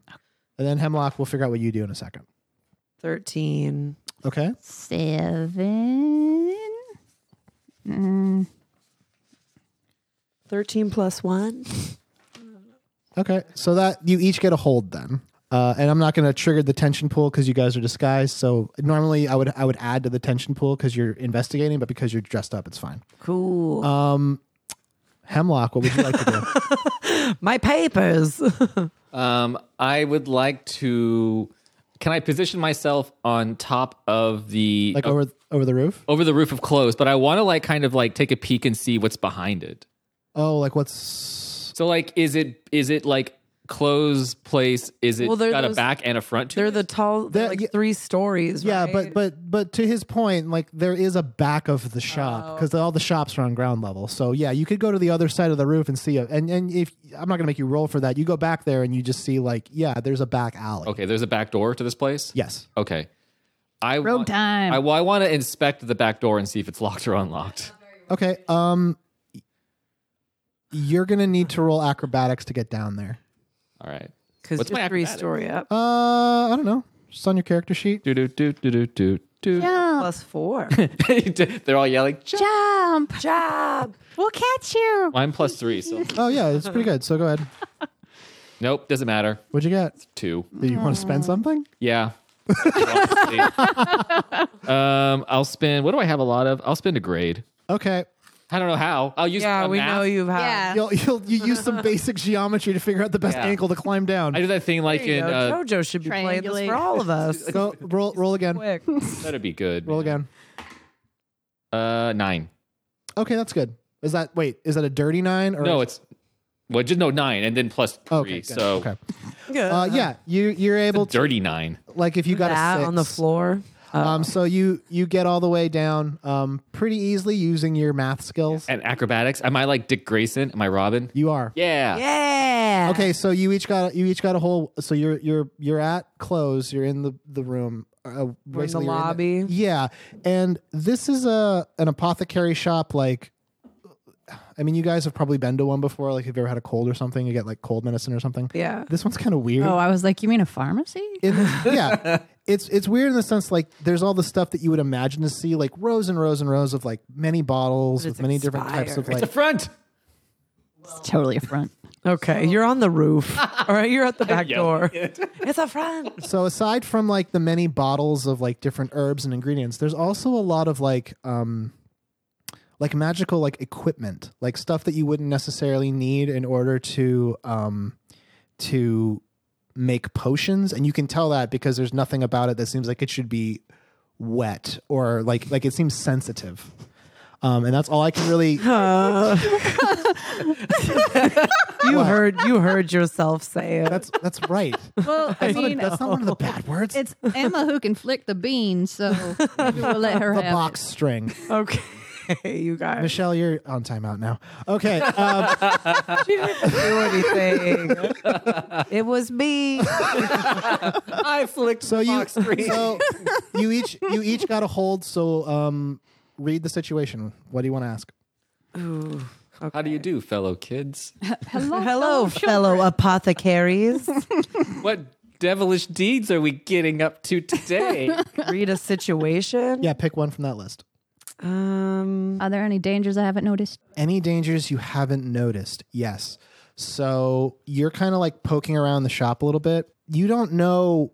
And then Hemlock, we'll figure out what you do in a second.
13.
Okay.
Seven.
13 plus one.
Okay. So that you each get a hold then. Uh, and I'm not going to trigger the tension pool because you guys are disguised. So normally I would I would add to the tension pool because you're investigating, but because you're dressed up, it's fine. Um,
Cool.
Hemlock, what would you like to do?
My papers.
Um, I would like to. Can I position myself on top of the
Like over over the roof?
over the roof of clothes? But I want to like kind of like take a peek and see what's behind it.
Oh, like what's
So like, is it is it like clothes place? Is it
Well, they're
got a
those-
back and a front to
They're
it?
the tall, they're
They're-
like
yeah.
three stories.
yeah, but
right?
but but to his point, like there is a back of the shop because all the shops are on ground level. So yeah, you could go to the other side of the roof and see it. And and if I'm not gonna make you roll for that, you go back there and you just see like yeah, there's a back alley.
okay. There's a back door to this place.
Yes.
Okay. I
Road
want,
time.
I, well, I want to inspect the back door and see if it's locked or unlocked.
Okay. Um, you're gonna need to roll acrobatics to get down there.
All right.
because
What's
it's
my
three
acrobatics?
story up.
Uh, I don't know. Just on your character sheet.
Do do do do do do do.
Jump,
Plus four.
They're all yelling. "Jump."
jump.
Job.
We'll catch you.
Mine plus three. So
Oh yeah, it's pretty good. So go ahead.
nope. Doesn't matter.
What'd you get?
Two.
Do you want to spend something?
Yeah. um, I'll spend. What do I have a lot of? I'll spend a grade.
Okay.
I don't know how. I'll use
Yeah,
uh,
we
math.
know you've had.
Yeah.
You'll, you'll you use some basic geometry to figure out the best
Yeah.
angle to climb down.
I do that thing like
There you
in
go.
uh,
Jojo should be playing this
triangulate.
for all of us.
Go roll roll again.
Quick.
that'd be good.
Roll
man.
again.
Uh, nine.
Okay, that's good. Is that wait? Is that a dirty nine or
No, it's well, just no nine, and then plus three.
okay? good.
so
okay. Uh, yeah, you you're able to
dirty nine.
like if you got
that
a six,
on the floor.
Um, so you you get all the way down um pretty easily using your math skills.
And acrobatics. Am I like Dick Grayson? Am I Robin?
You are
Yeah.
Yeah.
okay. So you each got you each got a whole. So you're you're you're at close. You're in the the room. Uh,
We're in the
basically you're
lobby.
yeah, and this is a an apothecary shop. Like, I mean, you guys have probably been to one before. Like, if you ever had a cold or something, you get like cold medicine or something.
yeah.
This one's kind of weird.
Oh, I was like, you mean a pharmacy?
It- yeah. It's it's weird in the sense like there's all the stuff that you would imagine to see like rows and rows and rows of like many bottles
But
with
it's
many different types of
expired.
The
like
front.
It's totally a front.
Okay. You're on the roof. all right. You're at the back door.
yelling at
It's a front.
so aside from like the many bottles of like different herbs and ingredients there's also a lot of like um like magical like equipment like stuff that you wouldn't necessarily need in order to um to make potions and you can tell that because there's nothing about it that seems like it should be wet or like like it seems sensitive um and that's all i can really
You heard. You heard yourself say it.
that's that's right
Well, I
that's, not, a-
mean,
that's not one of the bad words
it's Emma who can flick the bean, so we'll let her
the
have
box string
okay. You guys.
michelle you're on timeout now okay um
She didn't do anything. it was me.
I flicked
So you so you each you each got a hold. So um, read the situation. What do you want to ask?
How do you do, fellow kids?
it. Hello,
Hello, fellow apothecaries.
what devilish deeds are we getting up to today?
Read a situation.
Yeah, pick one from that list.
Um.
Are there any dangers I haven't noticed?
Any dangers you haven't noticed? Yes. So you're kind of like poking around the shop a little bit. You don't know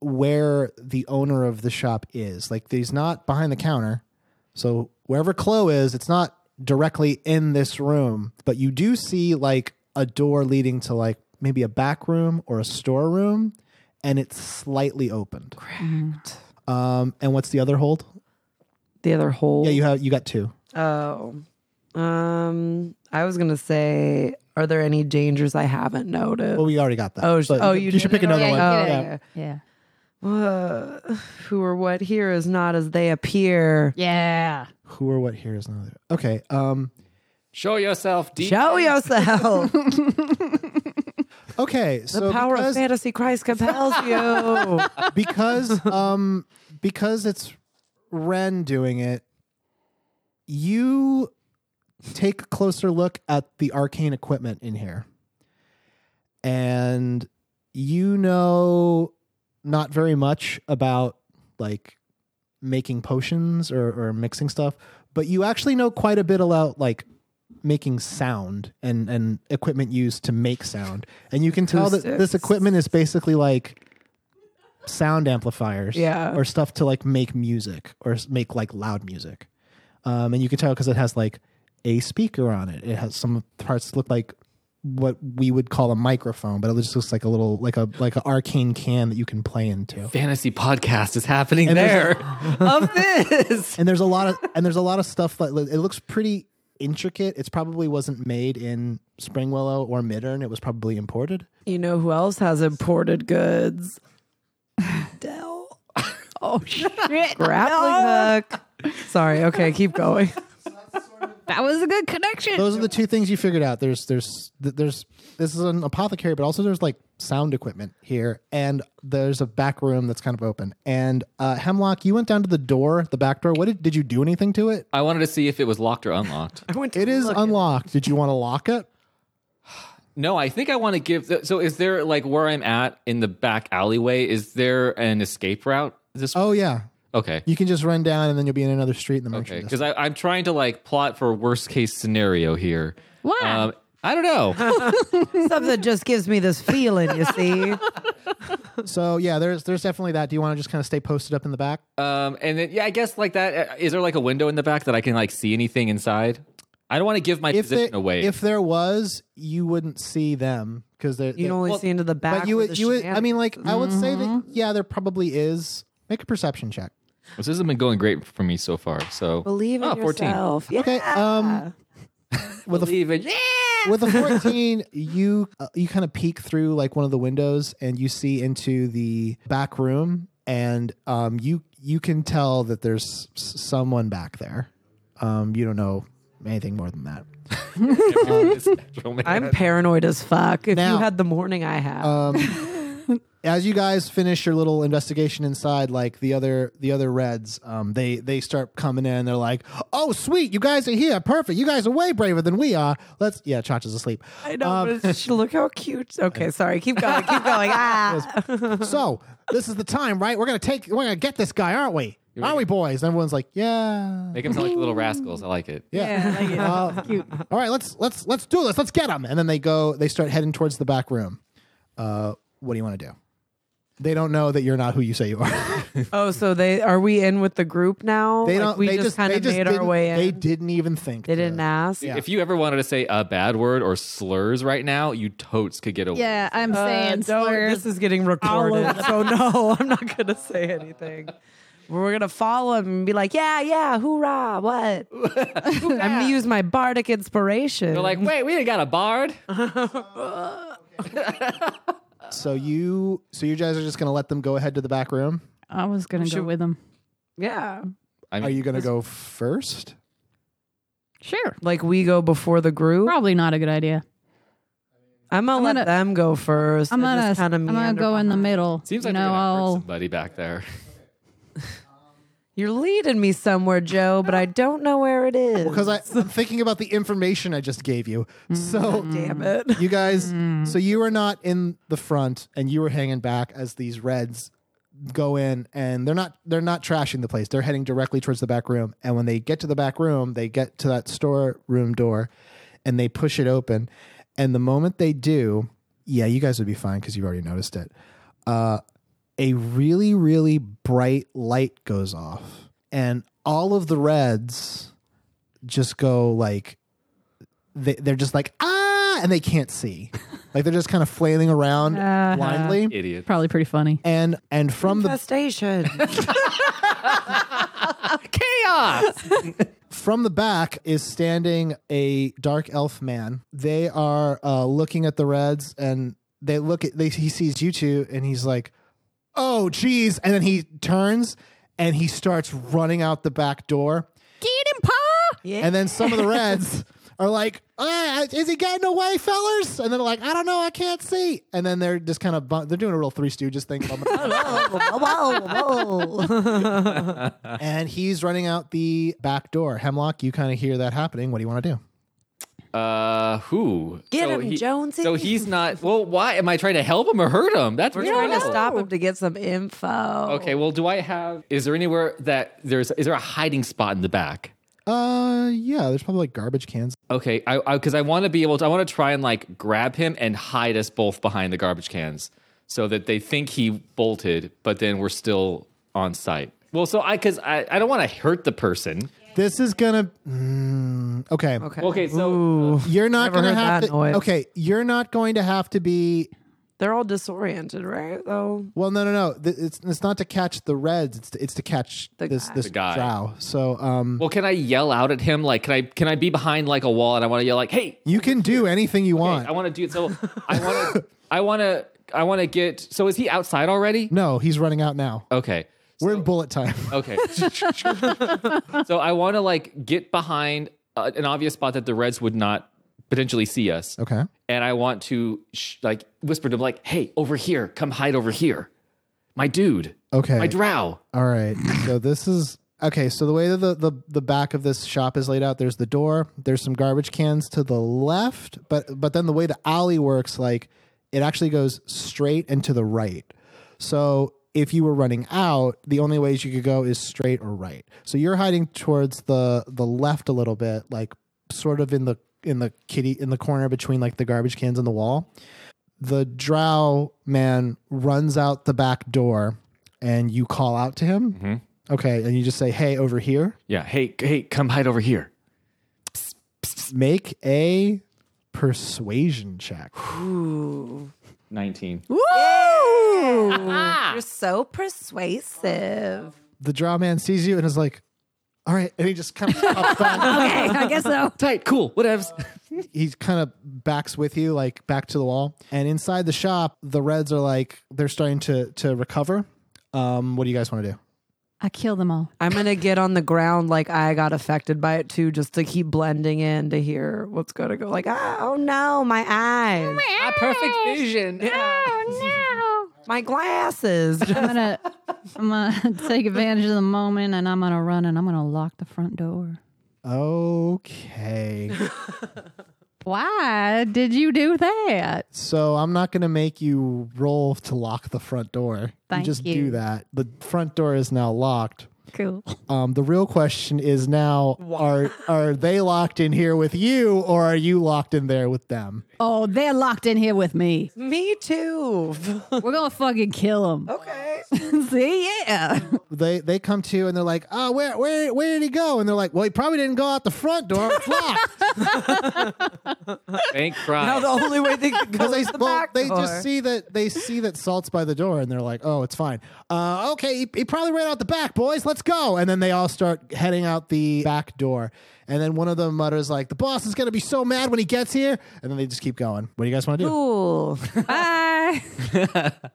where the owner of the shop is. Like he's not behind the counter. So wherever Chloe is, it's not directly in this room, but you do see like a door leading to like maybe a back room or a storeroom, and it's slightly opened. Um, and what's the other hold?
The other hole.
Yeah, you have you got two.
Oh. Um, I was gonna say, are there any dangers I haven't noticed?
Well, we already got that.
Oh, sh-
But
oh, you
you should
did
pick another
already.
one.
Yeah,
oh,
yeah,
okay.
Yeah.
Uh, who or what here is not as they appear.
Yeah.
Who or what here is another? Okay. Um.
Show yourself, deep.
Show yourself. the
Okay. So
power
because,
of fantasy Christ compels you.
because um because it's Ren doing it, you take a closer look at the arcane equipment in here. And you know not very much about like making potions or, or mixing stuff, but you actually know quite a bit about like making sound and, and equipment used to make sound. And you can tell that this
Acoustics.
equipment is basically like sound amplifiers
Yeah.
or stuff to like make music or s- make like loud music um, and you can tell because it has like a speaker on it it has some parts look like what we would call a microphone but it just looks like a little like a like an arcane can that you can play into
Fantasy podcast is happening
And
there.
there's-
of this.
and there's a lot of and there's a lot of stuff that it looks pretty intricate it's probably wasn't made in spring willow or midern it was probably imported
You know who else has imported goods? Dell. Oh shit. Grappling hook. Sorry. Okay, keep going.
That was a good connection.
those are the two things you figured out there's there's th- there's this is an apothecary but also there's like sound equipment here and there's a back room that's kind of open and uh hemlock you went down to the door the back door what did, did you do anything to it
I wanted to see if it was locked or unlocked.
I went to
it is
look.
unlocked did you want to lock it
No, I think I want to give. So, is there like where I'm at in the back alleyway? Is there an escape route? This
oh yeah
okay,
you can just run down and then you'll be in another street in the
okay.
motion
Because I'm trying to like plot for worst case scenario here.
Why?
Um, I don't know.
Something just gives me this feeling, you see.
so yeah, there's there's definitely that. Do you want to just kind of stay posted up in the back?
Um, and then yeah, I guess like that. uh, Is there like a window in the back that I can like see anything inside? I don't want to give my
If
position
there,
away.
if there was, you wouldn't see them because they're
You can only
Well,
see into the back.
But you
where
would,
the Mm-hmm.
you would. I
shenanigans-
mean, like I would say that yeah, there probably is. Make a perception check.
this hasn't been going great for me so far. So
believe in
Oh, 14.
yourself.
Okay,
Ah.
um, with a
believe in yeah.
with a fourteen, you uh, you kind of peek through like one of the windows and you see into the back room, and um, you you can tell that there's s- someone back there. Um, you don't know anything more than that.
It's natural, man.
I'm paranoid as fuck. If
Now-
you had the morning I had,
as you guys finish your little investigation inside, like the other the other Reds, um, they they start coming in. They're like, "Oh, sweet, you guys are here. Perfect. You guys are way braver than we are. Let's." Yeah, Chacha's asleep.
I know. but it's just- look how cute. Okay, sorry. Keep going. Keep going. Ah.
so this is the time, right? We're gonna take. We're gonna get this guy, aren't we? Aren't we, boys? And everyone's like, "Yeah,
Make them sound like little rascals. I like it.
yeah."
like it.
Uh, All right, let's let's let's do this. Let's get him. And then they go. They start heading towards the back room. Uh, what do you want to do? They don't know that you're not who you say you are.
Oh, so they are we in with the group now?
They
Like,
don't.
we
they
just,
just
kind
they
of
just
made
didn't,
our way in.
They didn't even think.
They
to-
didn't ask.
Yeah.
If you ever wanted to say a bad word or slurs right now, you totes could get away.
Yeah, I'm
Uh,
saying
don't-
slurs.
This is getting recorded. So no, I'm not gonna say anything. We're gonna follow him and be like, yeah, yeah, hoorah, what? I'm gonna use my bardic inspiration.
They're
Mm-hmm.
like, wait, we ain't got a bard.
So you, so you guys are just gonna let them go ahead to the back room.
I was gonna go
Should-
with him.
yeah,
I
Are
mean,
you gonna go first?
Sure.
like we go before the group.
Probably not a good idea.
I'm gonna
I'm
let
gonna-
them go first.
I'm
and
gonna.
just kinda
I'm gonna
meander
go in the
behind.
middle.
seems
you
like
know,
you're gonna hurt
I'll.
somebody back there.
You're leading me somewhere, Joe, but I don't know where it is.
Because I'm thinking about the information I just gave you. So
damn it. Mm.
you guys, so you are not in the front, and you were hanging back as these reds go in, and they're not they're not trashing the place. They're heading directly towards the back room, and when they get to the back room, they get to that storeroom door, and they push it open, and the moment they do, yeah, you guys would be fine because you've already noticed it. Uh, a really really bright light goes off, and all of the reds just go like they, they're just like ah and they can't see like they're just kind of flailing around
Uh-huh.
blindly
Idiot.
Probably pretty funny.
and and from the
Infestation.
Chaos.
from the back is standing a dark elf man they are uh, looking at the reds and they look at they he sees you two and he's like oh geez and then he turns and he starts running out the back door
Get him, pa!
yeah.
And then some of the Reds are like, ah, "Is he getting away, fellas?" And then they're like, "I don't know, I can't see." And then they're just kind of bu- they're doing a real Three Stooges thing, and he's running out the back door. Hemlock, you kind of hear that happening. What do you want to do?
Uh, who?
Get him, Jonesy.
So he's not. Well, why am I trying to help him or hurt him? That's
We're
we don't
trying to
know.
stop him to get some info.
Okay. Well, do I have? Is there anywhere that there's? Is there a hiding spot in the back?
Uh, yeah, there's probably like garbage cans.
Okay, I because I, want to be able to. I want to try and like grab him and hide us both behind the garbage cans, so that they think he bolted, but then we're still on site. Well, so I because I, I don't want to hurt the person.
This is gonna. Mm, okay.
Okay.
Okay, so
You're not
Never
gonna
heard
have
that
to.
noise.
Okay, you're not going to have to be.
They're all disoriented, right? Though.
Well, no, no, no. Th- It's it's not to catch the Reds. It's to, it's to catch
The
this
guy.
this
The guy.
drow. So um,
well, can I yell out at him? Like, can I can I be behind like a wall and I want to yell like, hey,
you can do anything you
hey,
want.
I want to do it. So I want to I want to I want to get. So is he outside already?
No, he's running out now.
Okay.
We're in bullet time.
Okay. so I want to like get behind uh, an obvious spot that the Reds would not potentially see us.
Okay.
and I want to sh- like whisper to him, like, "Hey, over here, come hide over here, my dude,
Okay.
my drow."
All right. So this is okay. So the way that the, the the back of this shop is laid out, there's the door. There's some garbage cans to the left, but but then the way the alley works, like it actually goes straight and to the right. So if you were running out, the only ways you could go is straight or right. So you're hiding towards the the left a little bit, like sort of in the in the kitty in the corner between like the garbage cans and the wall. the drow man runs out the back door and you call out to him. Okay. And you just say, hey, over here,
Yeah. Hey, c- hey, come hide over here.
make a persuasion check.
Nineteen.
You're so persuasive.
The drow man sees you and is like, all right. And he just kind of up back.
Okay, I guess so.
Tight. Cool. Whatevs.
He kind of backs with you, like back to the wall. And inside the shop, the reds are like, they're starting to, to recover. Um, what do you guys want to do?
I kill them all.
I'm gonna get on the ground like I got affected by it too, just to keep blending in to hear what's gonna go. Like, oh no, my Oh, eyes,
My perfect vision.
my glasses.
I'm gonna, I'm gonna take advantage of the moment, and I'm gonna run, and I'm gonna lock the front door.
Okay.
Why did you do that?
So I'm not going to make you roll to lock the front door.
Thank
you just
you.
do that. The front door is now locked.
Cool.
Um, the real question is now are are they locked in here with you or are you locked in there with them?
Oh, they're locked in here with me.
Me too.
We're gonna fucking kill them.
okay.
See, yeah.
They they come to and they're like, "Oh, where where where did he go?" And they're like, "Well, he probably didn't go out the front door. It's locked."
Thank Christ.
Now the only way they could go
Because they,
is the
well,
back
they
door.
just see that they see that Salt's by the door, and they're like, "Oh, it's fine. Uh, okay, he, he probably ran out the back, boys. Let's go!" And then they all start heading out the back door. And then one of them mutters like, "The boss is gonna be so mad when he gets here." And then they just keep going. What do you guys want to do?
Cool.
Bye.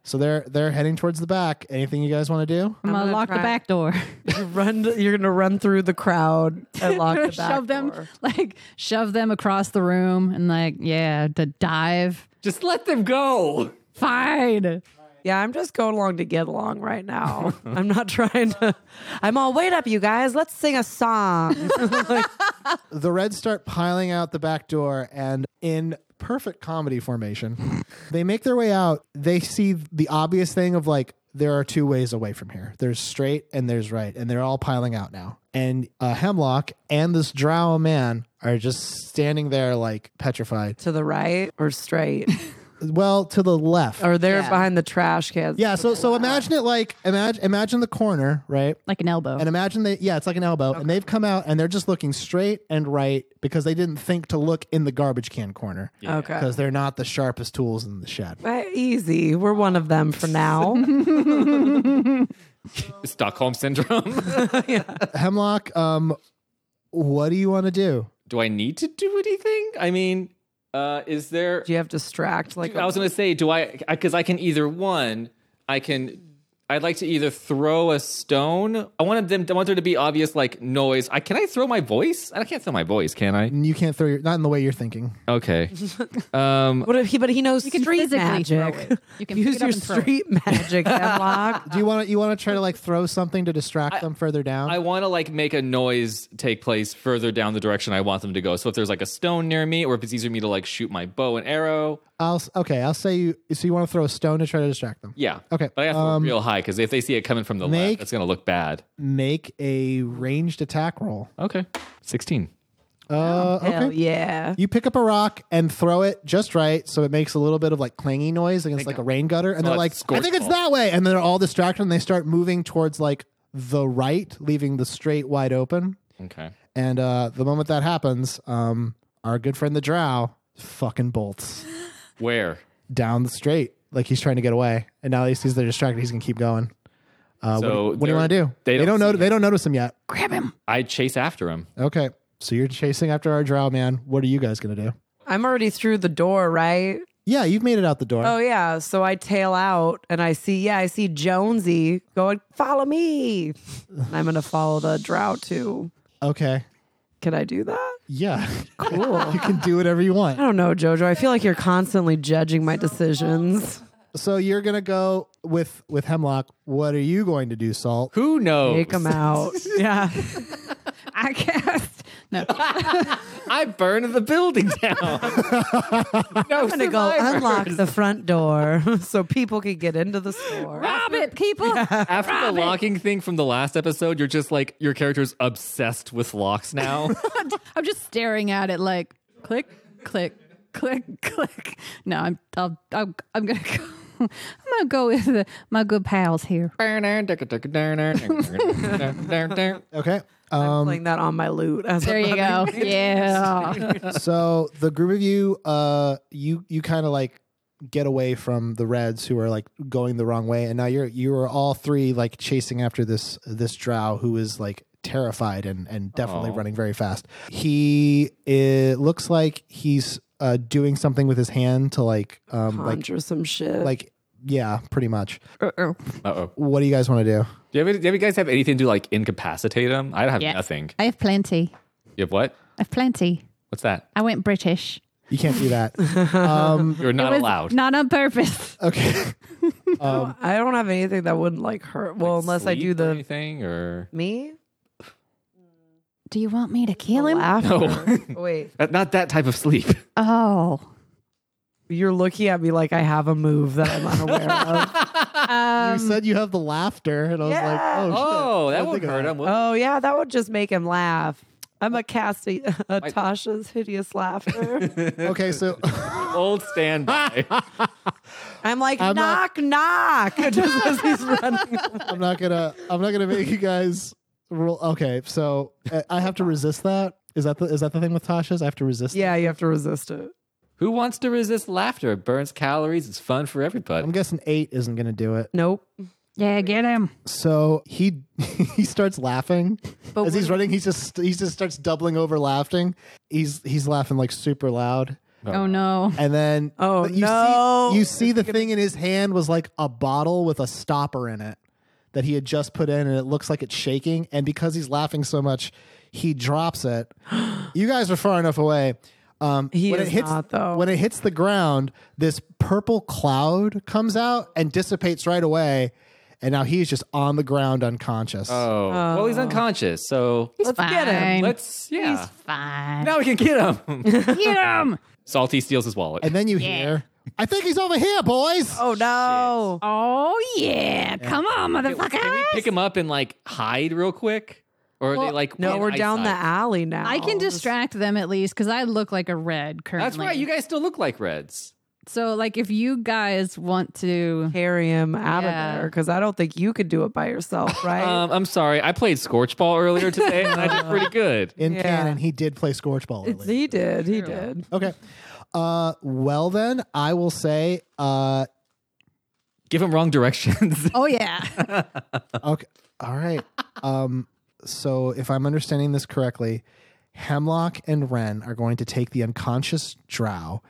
So they're they're heading towards the back. Anything you guys want to do?
I'm gonna
gonna
lock the
try-
back door.
run. You're gonna run through the crowd and lock the back
shove them,
door.
like shove them across the room, and like, yeah, to dive.
Just let them go.
Fine.
Yeah, I'm just going along to get along right now. I'm not trying to. I'm all wait up, you guys. Let's sing a song.
The Reds start piling out the back door, and in perfect comedy formation, they make their way out. They see the obvious thing of like, there are two ways away from here there's straight and there's right, and they're all piling out now. And uh, Hemlock and this drow man are just standing there like petrified.
to the right or straight
Well, to the left.
or there behind the trash cans.
yeah, so so imagine it like imagine imagine the corner, right?
Like an elbow.
And imagine they, yeah, it's like an elbow. And they've come out and they're just looking straight and right because they didn't think to look in the garbage can corner
Okay.
because they're not the sharpest tools in the shed.
Uh, easy. We're one of them for now.
Stockholm syndrome.
Hemlock, um, what do you want to do?
do I need to do anything? I mean, uh, is there?
Do you have distract? Like
I was gonna say, do I? Because I can either one. I can. I'd like to either throw a stone. I wanted them. I want there to be obvious like noise. I can I throw my voice? I can't throw my voice, can I?
You can't throw your not in the way you're thinking.
Okay. Um,
What if he? But he knows street
physically
magic.
throw it. You can
use
pick it up
your
and throw it.
street magic, Hemlock.
Do you want to you want to try to like throw something to distract them further down?
I want to like make a noise take place further down the direction I want them to go. So if there's like a stone near me, or if it's easier for me to like shoot my bow and arrow,
I'll s- okay. I'll say you. So you want to throw a stone to try to distract them?
yeah.
Okay, um,
But I have to look real high because if they see it coming from the
make-
left, it's gonna look bad.
Make a ranged attack roll.
Okay. Sixteen.
Uh, okay.
Hell yeah.
You pick up a rock and throw it just right, so it makes a little bit of like clangy noise against like a rain gutter, and they're like,
like
"I
scorch
think it's
ball.
that way," and they're all distracted, and they start moving towards like the right, leaving the straight wide open.
Okay.
And uh, the moment that happens, um, our good friend the Drow fucking bolts
Where?
down the straight, like he's trying to get away. And now he sees they're distracted, he's gonna keep going. Uh, what do-
So
what, do you
they're-
want to do?
they don't
know.
see
They don't notice him yet.
I chase after him.
Okay, so you're chasing after our Drow man. What are you guys gonna do?
I'm already through the door, right?
Yeah, you've made it out the door.
Oh yeah. So I tail out and I see, yeah, I see Jonesy going, follow me. And I'm gonna follow the drought too.
Okay.
Can I do that?
Yeah.
Cool.
you can do whatever you want.
I don't know, Jojo. I feel like you're constantly judging my decisions.
So you're gonna go with with Hemlock. What are you going to do, Salt?
Who knows?
Take him out. Yeah.
I guess. No.
I burned the building down. no,
I'm gonna go unlock the front door so people can get into the store.
Rob it, people.
After the locking thing from the last episode, you're just like your character's obsessed with locks now.
I'm just staring at it like click, click, click, click. No, I'm I'll, I'll, I'm gonna go. I'm gonna go with the, my good pals here.
Okay.
I'm
Um,
playing that on my lute. As
There
I'm
you go.
running.
Yeah.
so the group of you, uh, you you kind of like get away from the Reds who are like going the wrong way, and now you're you are all three like chasing after this this Drow who is like terrified and and definitely
Aw.
running very fast. He it looks like he's uh doing something with his hand to like um like
Conjure some shit.
like yeah, pretty much.
Uh-oh.
Uh-oh.
What do you guys want to do?
Do you, have, any- do you guys have anything to like incapacitate him? I have
Yeah.
nothing.
I have plenty.
You have what?
I have plenty.
What's that?
I went British.
You can't do that. um,
You're not
It was
allowed.
Not on purpose.
Uh,
okay. Um,
I don't have anything that would like hurt. Well, unless I
Sleep
do
or
the
anything or
me
Do you want me to kill him?
laugh.
No.
Wait,
Uh, not that type of sleep.
Oh.
you're looking at me like I have a move that I'm unaware of.
you said you have the laughter, and I was like, oh,
Um, Yeah.
shit.
Oh,
I
that
didn't
would
think of
hurt him. wouldn't
Oh yeah, that would just make him laugh. I'm a casting uh, Tasha's hideous laughter.
Okay, so
it? Old standby.
I'm like
I'm
knock
not-
knock just as he's running.
I'm not gonna I'm not gonna make you guys roll. Okay, so uh, I have to resist that. Is that the is that the thing with Tasha's? I have to resist.
Yeah, you have to resist it.
Who wants to resist laughter? It burns calories. It's fun for
I'm
everybody.
guessing eight isn't gonna do it.
Nope.
Yeah, get him.
So he he starts laughing
But
as he's running. He's just he just starts doubling over laughing. He's he's laughing like super loud,
Oh no.
and then
Oh,
but you
no.
see you see the thing in his hand was like a bottle with a stopper in it that he had just put in, and it looks like it's shaking. And because he's laughing so much, he drops it. you guys are far enough away. Um,
He
when
is
it hits
not, though.
when it hits the ground, this purple cloud comes out and dissipates right away. And now he's just on the ground unconscious.
Oh. Well, he's unconscious. So
He's
Let's get him.
fine.
let's, yeah.
He's fine.
Now we can get him.
Get him.
Salty steals his wallet.
And then you hear, I think he's over here, boys.
Oh no.
Oh yeah. Come on,
Can we
motherfucker.
pick him up and like hide real quick? Or are they like
No,
in
we're down the
eyesight?
alley now.
I can
This-
distract them at least because I look like a red currently.
That's right. You guys still look like Reds.
so like if you guys want to
carry him out
Yeah.
of there because I don't think you could do it by yourself, right?
Um, I'm sorry. I played Scorch Ball earlier today and I did pretty good.
In
Yeah.
canon, he did play Scorch Ball.
It's-
earlier.
he did. He did.
Okay. Uh, well then, I will say. Uh,
Give him wrong directions.
Oh yeah.
okay. All right. Um, so if I'm understanding this correctly, Hemlock and Wren are going to take the unconscious Drow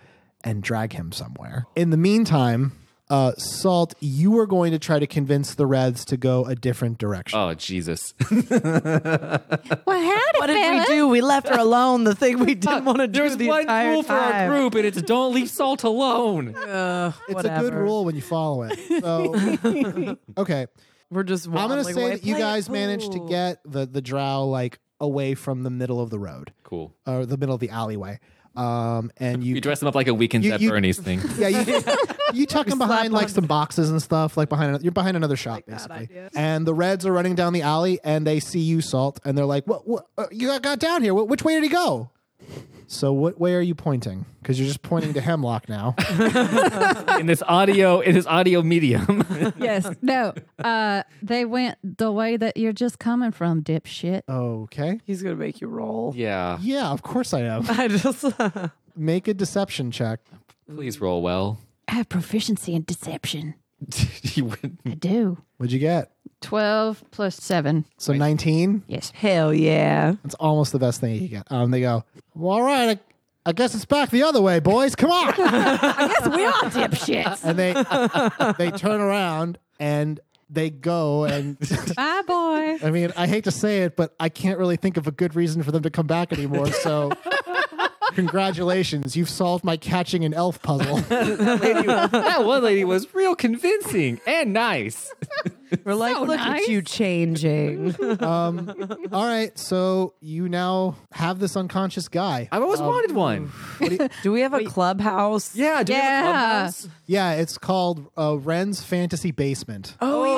and drag him somewhere. In the meantime, uh, Salt, you are going to try to convince the Reds to go a different direction.
oh, Jesus.
well howdy
What did we do? We left her alone. The thing we didn't want to do
There's
the
one
entire
rule for our
time.
group, and it's don't leave Salt alone.
Ugh,
it's a good
whatever.
rule when you follow it. So, okay.
We're just.
I'm gonna
waddling
say
away.
that you
Play it
guys managed to
cool.
get the the drow like away from the middle of the road
Cool.
or the middle of the alleyway. Um, and
You
you,
dress him up like a weekend
You-
at
you-
Bernie's thing.
yeah, you, you tuck him behind
slap
like
on-
some boxes and stuff, like behind you're behind another shop basically. And the Reds are running down the alley and they see you, Salt, and they're like, "What? what uh, you got- got down here? What, which way did he go?" So, what way are you pointing? Because you're just pointing to Hemlock now.
In this audio, in this audio medium.
Yes. No. Uh they went the way that you're just coming from, dipshit.
okay.
He's gonna make you roll.
yeah.
Yeah, of course I am.
I just.
Make a deception check.
Please roll well.
I have proficiency in deception.
you win.
I do.
What'd you get?
Twelve plus seven.
So 19.
Yes.
Hell yeah.
It's almost the best thing you can get. Um, they go, well, all right, I, I guess it's back the other way, boys. Come on.
Yes, we are dipshits.
and they they turn around and they go. And
Bye boy.
I mean, I hate to say it, but I can't really think of a good reason for them to come back anymore. So, congratulations, you've solved my catching an elf puzzle.
That, lady, that one lady was real convincing and nice.
We're like, look at
nice.
you changing.
Um, all right, so you now have this unconscious guy.
I've
Um,
always wanted one.
do we have a clubhouse?
Yeah. Do
Yeah.
We have a clubhouse?
Yeah, it's called uh, Ren's Fantasy Basement.
Oh,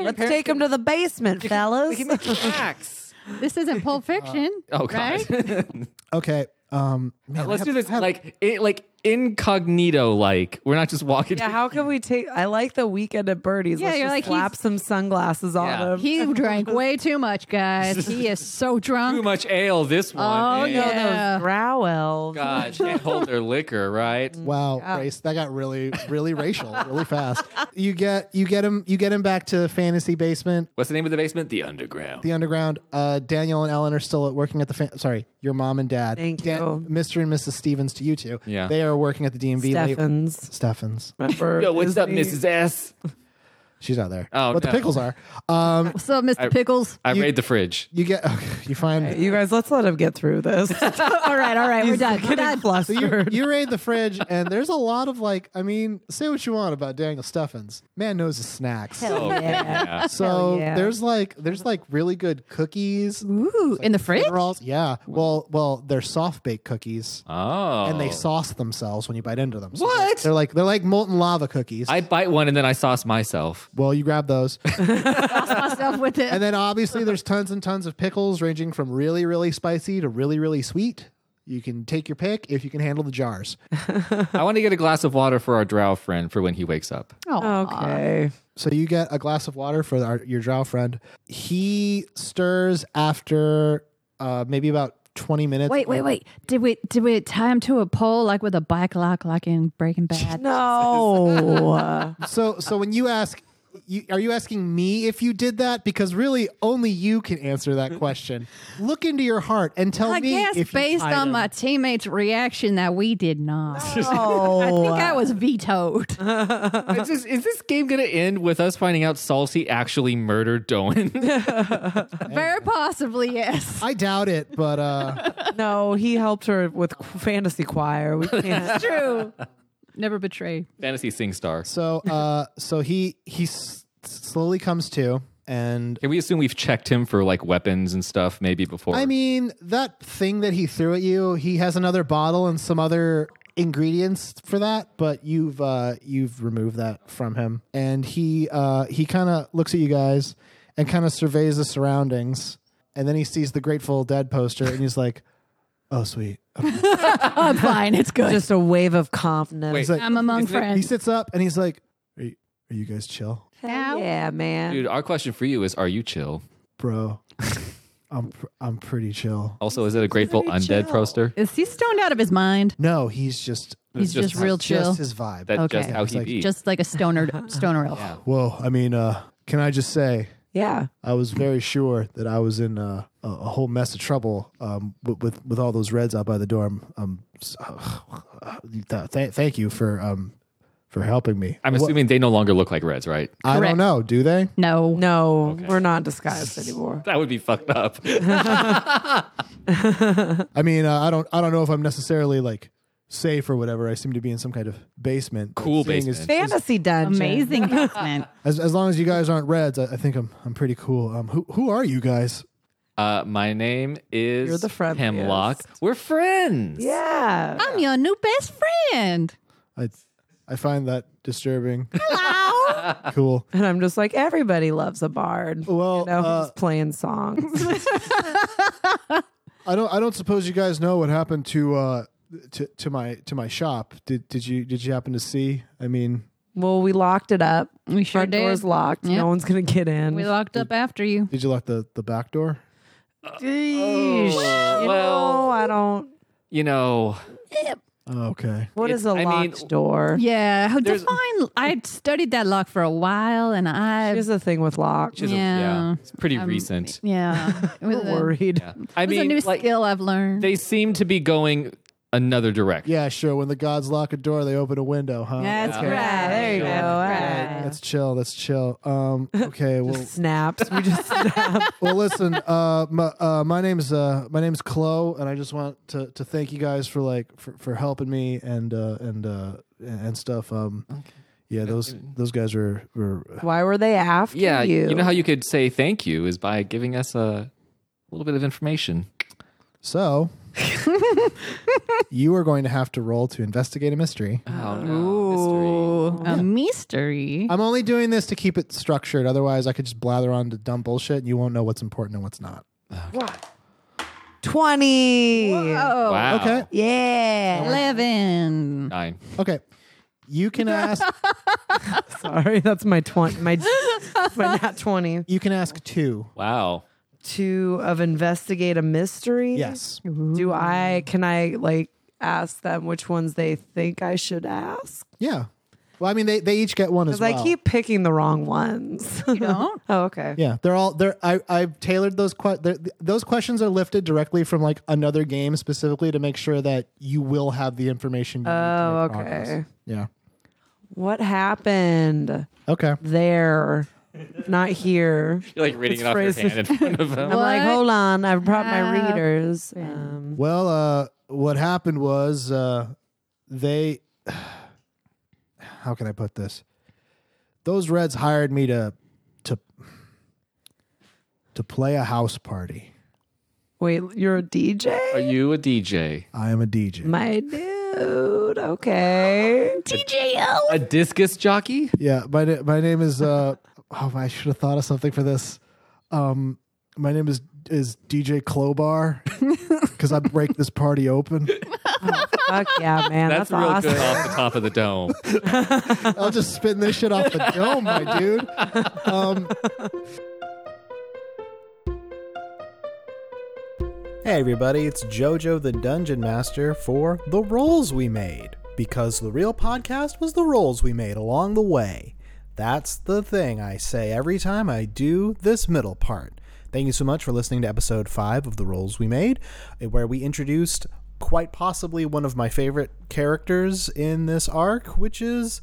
yeah. Let's take him to the basement, fellas.
We can make hacks.
This isn't Pulp Fiction.
Oh, God.
Right?
Okay, Um, man, I
Let's
have-
do this
I have-
like it, like incognito like. We're not just walking.
Yeah, how can we take? I like the weekend at Birdie's.
Yeah,
Let's
you're
just
like,
slap
he's-
some sunglasses on
Yeah.
him.
He drank way too much, guys. He is so
too
drunk.
much ale this one.
Oh,
eh?
You know, those
Yeah.
brow elves.
God, can't hold their liquor, right?
Mm.
Wow, race that got really, really racial, really fast. You get you get him you get him back to fantasy basement,
What's the name of the basement? The underground.
the underground. Uh, Daniel and Ellen are still at working at the fa- sorry, your mom and dad.
Thank you.
Mr. and Mrs. Stevens to you two.
Yeah.
they are working at the DMV. late-
Steffens.
Steffens,
Remember?
Yo, what's up,
Disney?
Mrs. S?
she's out there.
Oh,
what the
no.
pickles are? Um,
What's up, Mr. Pickles?
I raid the fridge.
you get you find
You guys, let's let him get through this.
All right, all right, we're
He's
done. We're
getting
done.
flustered.
you raid the fridge, and there's a lot of like, I mean, say what you want about Daniel Steffens. Man knows his snacks.
Oh, yeah.
So
Hell yeah.
there's like there's like really good cookies.
Ooh, in the fridge?
Overalls. Yeah. Well, well, they're soft baked cookies,
Oh.
and they sauce themselves when you bite into them. So
What?
They're like they're like molten lava cookies.
I bite one and then I sauce myself.
well, you grab those,
Myself with it.
and then obviously there's tons and tons of pickles ranging from really really spicy to really really sweet. You can take your pick if you can handle the jars.
I want to get a glass of water for our drow friend for when he wakes up.
Aw.
okay.
So you get a glass of water for our, your drow friend. He stirs after uh, maybe about 20 minutes.
Wait, wait, wait. Did we did we tie him to a pole like with a bike lock like in Breaking Bad?
No.
So so when you ask you, are you asking me if you did that? Because really, only you can answer that question. Look into your heart and tell
I
me
guess
if you
based
tied
on
him.
my teammates' reaction that we did not.
no.
I think I was vetoed.
is, this, is this game going to end with us finding out Salty actually murdered Doan?
Very possibly, yes.
I doubt it, but uh,
No, he helped her with qu- fantasy choir. We can't.
True. Never betray.
Fantasy Sing Star.
so uh, so he he s- slowly comes to, and
Can we assume we've checked him for like weapons and stuff maybe before?
I mean that thing that he threw at you. He has another bottle and some other ingredients for that, but you've uh, you've removed that from him, and he uh, he kind of looks at you guys and kind of surveys the surroundings, and then he sees the Grateful Dead poster, and he's like, "Oh, sweet."
I'm fine. It's good.
Just a wave of confidence.
Wait.
He's like,
I'm among
Isn't it-
he
friends.
sits up and he's like, "Are you, are you guys chill,
Now?
Yeah, man.
Dude, our question for you is Are you chill?
bro?" I'm pr- I'm pretty chill.
Also, is it a Grateful
very
Undead
chill.
poster?
Is he stoned out of his mind?
No, he's just
He's
just
just, real
just
chill.
his vibe.
That's just
Okay.
how he
It's like-
be.
Just like a stoner stoner elf.
Whoa, I mean, uh, can I just say
yeah.
I was very sure that I was in uh, a, a whole mess of trouble um, with, with with all those Reds out by the door. I'm, I'm s- uh, th- th- thank you for um, for helping me.
I'm
What-
assuming they no longer look like Reds, right?
I
Correct.
don't know. Do they?
No.
No, we're not disguised anymore.
That would be fucked up.
I mean, uh, I don't. I don't know if I'm necessarily like safe or whatever. I seem to be in some kind of basement.
Cool
Seeing as-
basement.
As,
Fantasy dungeon.
Amazing man.
as, as long as you guys aren't Reds, I, I think I'm I'm pretty cool. Um, who who are you guys?
Uh, my name is
You're the friendliest.
Hemlock. We're friends.
Yeah.
I'm your new best friend.
I I find that disturbing. Hello. cool.
And I'm just like, everybody loves a bard.
Well,
you know,
uh,
just playing songs.
I don't. I don't suppose you guys know what happened to uh to, to my to my shop. Did did you did you happen to see? I mean,
well, we locked it up.
We sure
Our door's
did.
locked.
Yeah.
No one's gonna get in.
We locked up after you.
did you lock the the back door?
Oh.
Yeesh. You know,
well-
I don't.
You know,
Oh, Okay.
What
It's-
is a
I mean-
locked door?
Yeah, how
There's-
define. I studied that lock for a while, and I
Here's the thing with locks.
she's a- yeah.
Yeah.
it's pretty
Um,
recent.
yeah, it was,
We're
a,
worried.
Yeah. I
it was a
mean,
new
like,
skill I've learned.
they seem to be going another direction.
Yeah, sure. When the gods lock a door, they open a window, huh?
That's
Okay.
right.
There you
Sure.
go.
Yeah.
All
Right.
right.
That's chill. That's chill. Um. Okay. Well.
Just snaps. We just snap.
well. Listen. Uh. My, uh, my name's uh. My name's Chloe, and I just want to, to thank you guys for like for, for helping me and uh and uh and stuff. Um. Yeah. Those those guys are were
Why were they after
Yeah,
you?
you. know how you could say thank you is by giving us a little bit of information.
So you are going to have to roll to investigate a mystery.
Oh no,
Ooh, a mystery.
I'm only doing this to keep it structured. Otherwise, I could just blather on to dumb bullshit and you won't know what's important and what's not.
20.
Oh,
wow.
Okay.
Yeah.
eleven.
Nine.
Okay. You can ask
Sorry, that's my 20. My, my nat 20.
you can ask two.
Wow.
Two of investigate a mystery.
Yes.
Do I, can I like ask them which ones they think I should ask?
Yeah. Well, I mean they, they each get one as
Because
well.
I keep picking the wrong ones.
You don't?
oh, okay.
yeah, they're all they're I I've tailored those que- they're- those questions are lifted directly from like another game specifically to make sure that you will have the information you need
Oh,
to make progress.
okay.
Yeah.
What happened
Okay.
Mm-hmm. there? Not here.
You're like reading
It's
it off
phrased-
your hand in front of him.
What
I'm like, hold on. I've brought my
happened?
readers. Um,
Well, uh, what happened was uh, they. How can I put this? Those Reds hired me to to to play a house party.
wait, you're a DJ?
Are you a DJ?
I am a DJ.
My dude. Okay.
A discus jockey?
yeah, my na- my name is. Uh, oh, I should have thought of something for this. Um, my name is is DJ Clobar because I break this party open.
Fuck yeah, man. That's,
That's, real
awesome.
good off the top of the dome.
I'll just spin this shit off the dome, my dude. Um, hey, everybody, it's JoJo the Dungeon Master for The Rolls We Made. Because the real podcast was the rolls we made along the way. That's the thing I say every time I do this middle part. Thank you so much for listening to episode 5 of The Rolls We Made, eh, where we introduced quite possibly one of my favorite characters in this arc, which is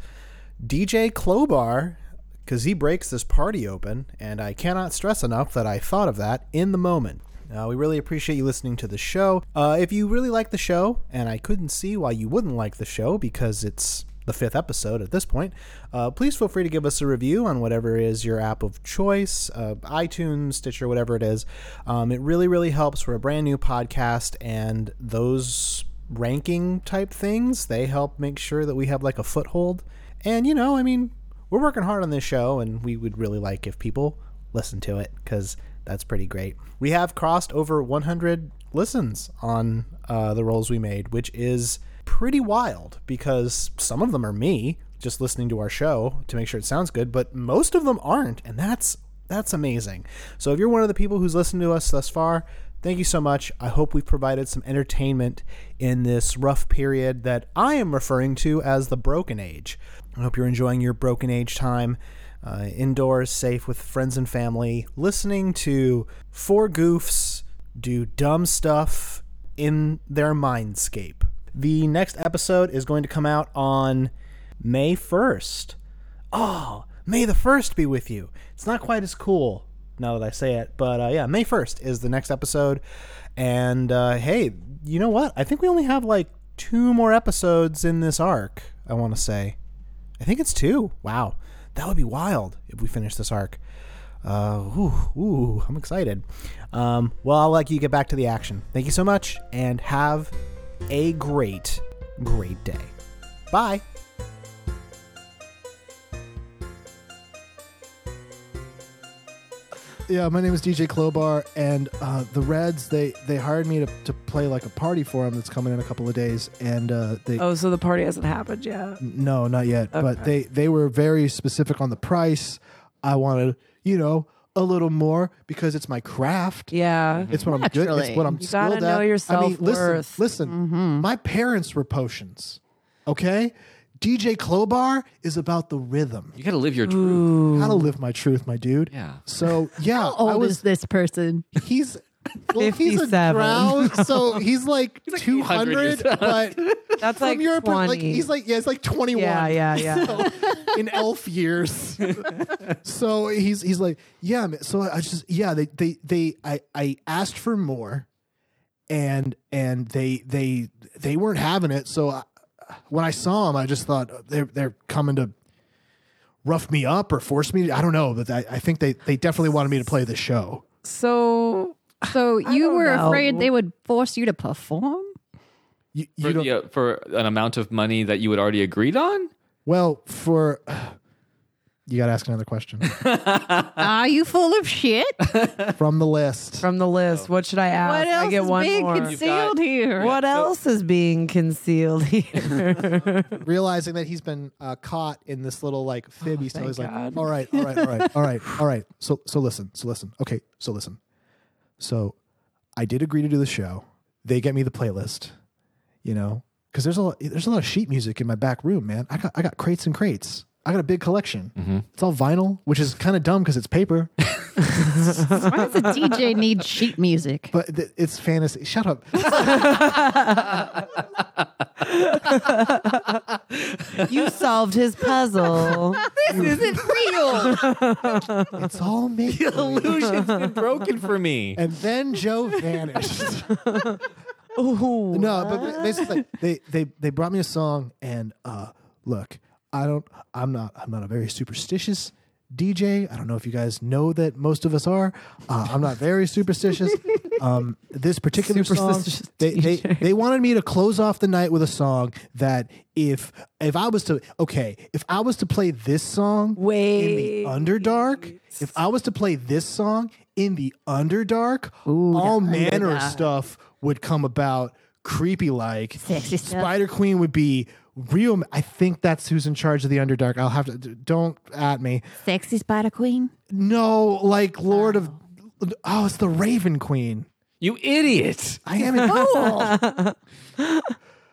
DJ Clobar, because he breaks this party open, and I cannot stress enough that I thought of that in the moment. Uh, we really appreciate you listening to the show. Uh, if you really like the show, and I couldn't see why you wouldn't like the show because it's the fifth episode at this point, uh, please feel free to give us a review on whatever is your app of choice, uh, iTunes, Stitcher, whatever it is. Um, it really, really helps. We're a brand new podcast, and those ranking type things, they help make sure that we have like a foothold. And, you know, I mean, we're working hard on this show, and we would really like if people listen to it because that's pretty great. We have crossed over 100 listens on uh, the rolls we made, which is pretty wild because some of them are me just listening to our show to make sure it sounds good, but most of them aren't, and that's that's amazing. So if you're one of the people who's listened to us thus far, thank you so much. I hope we've provided some entertainment in this rough period that I am referring to as the broken age. I hope you're enjoying your broken age time uh, indoors, safe with friends and family, listening to four goofs do dumb stuff in their mindscape. The next episode is going to come out on May 1st. Oh, May the 1st be with you. It's not quite as cool now that I say it, but uh, yeah, May 1st is the next episode. And uh, hey, you know what? I think we only have like two more episodes in this arc, I want to say. I think it's two. Wow. That would be wild if we finish this arc. Uh, ooh, ooh, I'm excited. Um, well, I'll let you get back to the action. Thank you so much, and have a great, great day. Bye. Yeah, my name is DJ Clobar, and uh, the Reds they they hired me to, to play like a party for them that's coming in a couple of days, and uh, they
Oh, so the party hasn't happened yet.
no, not yet. But they they were very specific on the price. I wanted, you know, a little more because it's my craft.
Yeah.
Mm-hmm. It's what I'm good. It's
Naturally.
what I'm
You gotta
skilled at.
know your
I mean, listen,
self-worth.
listen. My parents were potions. Okay, DJ Clobar is about the rhythm.
You got to live your truth.
How to live my truth, my dude.
Yeah.
So yeah,
How old
I was.
is this person?
He's well, he's a
57.
drow, so he's like,
800 years
200, but
That's
from
like
Europe,
20.
like he's like yeah, he's like 21.
yeah, yeah, yeah.
So, in elf years. so he's he's like, yeah. man." So I I just yeah, they they they I I asked for more, and and they they they weren't having it. So I, when I saw him, I just thought oh, they're they're coming to rough me up or force me. To, I don't know, but I, I think they they definitely wanted me to play the show.
so
So you
don't
were
know.
afraid they would force you to perform?
You, you
For,
don't-
the, uh, for an amount of money that you had already agreed on?
Well, for You got to ask another question
Are you full of shit?
from the list.
From the list, what should I ask?
What else
I get
is
one
being
more.
concealed here?
What else is being concealed here?
Realizing that he's been uh, caught in this little like fib, he's
Oh, thank
always like,
God.
all right, all right, all right, all right, all right. So, so listen, so listen. Okay, so listen. So, I did agree to do the show. They get me the playlist, you know, because there's a lot, there's a lot of sheet music in my back room, man. I got I got crates and crates. I got a big collection. It's all vinyl, which is kind of dumb because it's paper.
Why does a DJ need sheet music?
But th- it's fantasy. Shut up.
you solved his puzzle.
This isn't real.
It's all me.
Illusion's been broken for me.
And then Joe vanished.
Ooh.
no, but basically they, they they brought me a song and uh look, I don't I'm not I'm not a very superstitious DJ. I don't know if you guys know that most of us are. Uh, I'm not very superstitious. um this particular song
Superstitious
they, they
DJ.
they wanted me to close off the night with a song that if if I was to okay, if I was to play this song in the
Wait.
Underdark. If I was to play this song in the Underdark, all manner of stuff would come about creepy like.
Sexy stuff.
Spider Queen would be real. ma- I think that's who's in charge of the Underdark. I'll have to d- don't at me.
Sexy Spider Queen.
No, like Lord of Oh, it's the Raven Queen.
You idiot.
I am a fool.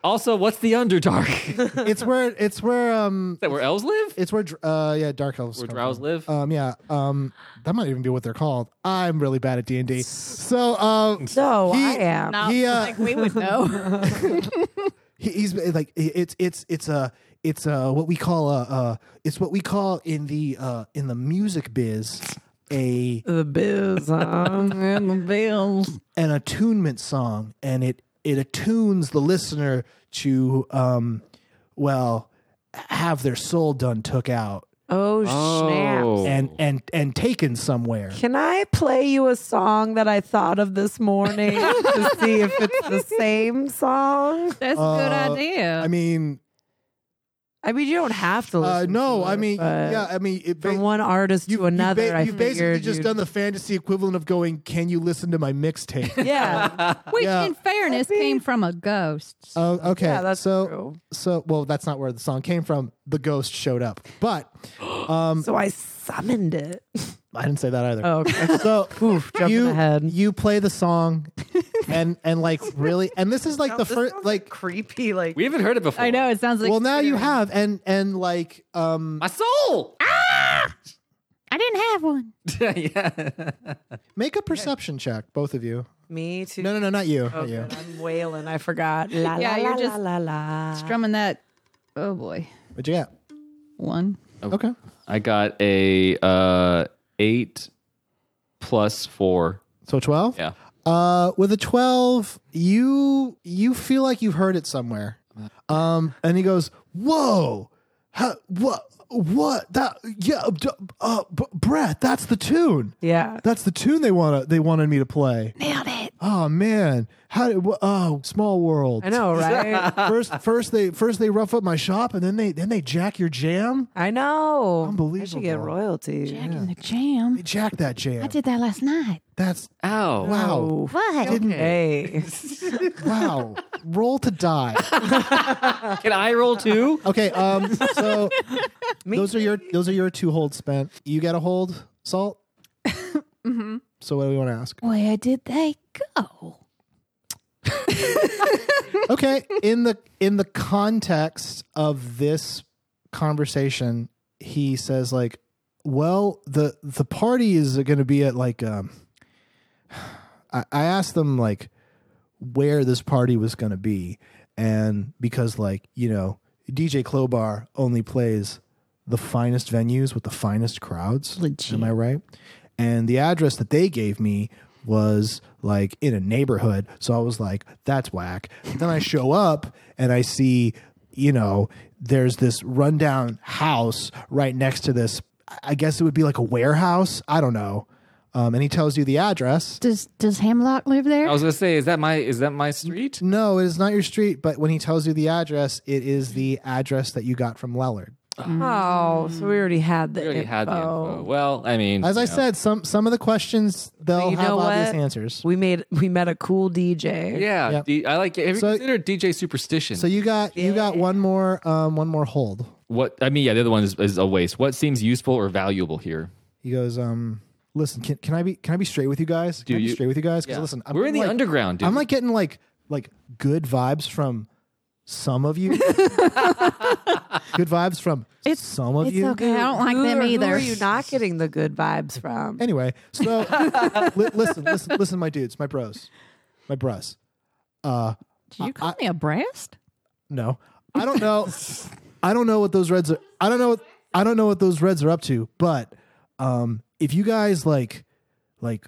Also, what's the Underdark? Is
it's where it's where um
that where elves live?
it's where dr- uh yeah dark elves
Where
come
drows
from.
live?
Um yeah um that might even be what they're called. I'm really bad at D and D. So um
So
He-
I am.
No, He, uh, like,
we would know.
He- he's uh, like i- it's it's it's a it's a what we call a uh it's what we call in the uh in the music biz a
The biz, huh?
and the bills.
an attunement song and it it attunes the listener to um well have their soul done took out
Oh,
Oh.
snap.
and and and taken somewhere
Can I play you a song that I thought of this morning to see if it's the same song?
That's a good
Uh,
idea.
i mean
I mean, you don't have to.
uh
listen
no
to
i
it,
mean
but
yeah i mean it ba-
From one artist
you-
to another,
you, ba-
I
you've basically
figured
just
you'd-
done the fantasy equivalent of going can you listen to my mixtape
Yeah,
Which,
yeah.
in fairness, came from a ghost.
Oh, okay.
yeah, that's
so,
true.
so well, that's not where the song came from. The ghost showed up, but um,
So I summoned it.
I didn't say that either.
Oh, okay.
So
Oof, jumping
you
ahead.
you play the song, and and like really, and this is like the
This
first
sounds
like.
creepy, like
We haven't heard it before.
I know it sounds like.
Well, now you have, and and like um,
My soul.
I didn't have one.
yeah.
make a perception check, both of you.
me too.
No, no, no, not you,
Oh,
not you.
good. I'm wailing. I forgot. La,
Yeah,
la,
you're
la,
just
la, la, la.
Strumming that. Oh boy,
What'd you get?
one.
Okay,
I got a uh, eight plus four.
so twelve.
Yeah.
Uh, with a twelve, you you feel like you've heard it somewhere. Um, and he goes, "Whoa, Huh, what, what that? Yeah, d- uh, B- Brett, that's the tune.
Yeah.
That's the tune they want to they wanted me to play.
Nailed it.
Oh man, how did? wh- Oh, small world.
I know, right?
First, first they first they rough up my shop, and then they then they jack your jam.
I know. I
Unbelievable.
should get royalties.
Jack in the jam.
They jack that jam.
I did that last night.
That's
Ow.
wow,
Oh,
What?
didn't
hey.
wow. Roll to die.
Can I roll too?
Okay, um, so those are your those are your two holds spent. You got a hold, Salt. So what do we want to ask?
Where did they go?
Okay, in the in the context of this conversation, he says like, "Well, the the party is going to be at like." Um, I, I asked them like where this party was going to be, and because like you know DJ Klobar only plays the finest venues with the finest crowds.
Legit.
Am I right? And the address that they gave me was like in a neighborhood. So I was like, that's whack. then I show up and I see, you know, there's this rundown house right next to this. I- I guess it would be like a warehouse. I don't know. Um, and he tells you the address.
Does Does Hamlock live
I
Oh,
there?
was gonna say, is that my is that my street?
No, it is not your street, but when he tells you the address, it is the address that you got from Lellard.
Oh, so we already had the
We already had the
info.
info. Well, I mean,
As I
you know.
said, some some of the questions they'll
you
have
know
obvious
what?
answers.
We made we met a cool DJ.
yeah,
Yep.
D- I like. Have you
So-
considered DJ Superstition?
So you got you got one more um one more hold.
what I mean, yeah, the other one is, is a waste. What seems useful or valuable here?
He goes, um, listen, can, can I be can I be straight with you guys? Can I be
you-
straight with you guys? Because
Yeah.
listen, I'm
we're in the
getting, like,
underground, dude.
I'm like getting like like good vibes from some of you. good vibes from some of
it's
you.
okay. I don't like
Who
them
are- Who
either.
are you not getting the good vibes from?
Anyway, so li- listen, listen, listen, my dudes, my bros, my bros. Uh,
Did you call me a breast?
No, I don't know. I don't know what those Reds are. I don't know. What, I don't know what those Reds are up to. But um, if you guys like, like,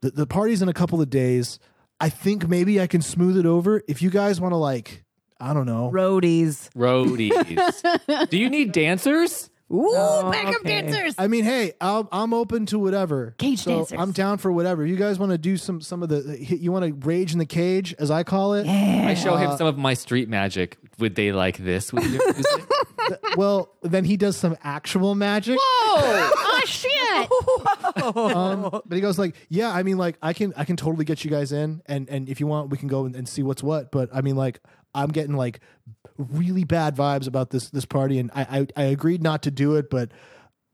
the the party's in a couple of days. I think maybe I can smooth it over. If you guys want to, like, I don't know.
Roadies.
Roadies. Do you need dancers?
Ooh,
Oh,
backup
okay.
dancers.
I mean, hey, I'll, I'm open to whatever.
Cage
so
dancers.
I'm down for whatever. You guys want to do some some of the you want to rage in the cage, as I call it.
I show
Uh,
him some of my street magic. Would they like this? With their music?
Well, then he does some actual magic.
oh, shit.
um, but he goes like, yeah, I mean, like, I can, I can totally get you guys in, and and if you want, we can go and, and see what's what. But I mean, like, I'm getting like really bad vibes about this this party, and I I, I agreed not to do it, but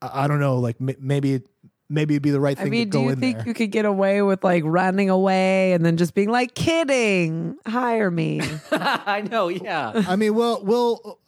I, I don't know, like m- maybe it- maybe it'd be the right
I
thing
mean,
to
do
go
you
in
think
there.
you could get away with like running away and then just being like, kidding, hire me?
I know. Yeah.
I mean, well, well.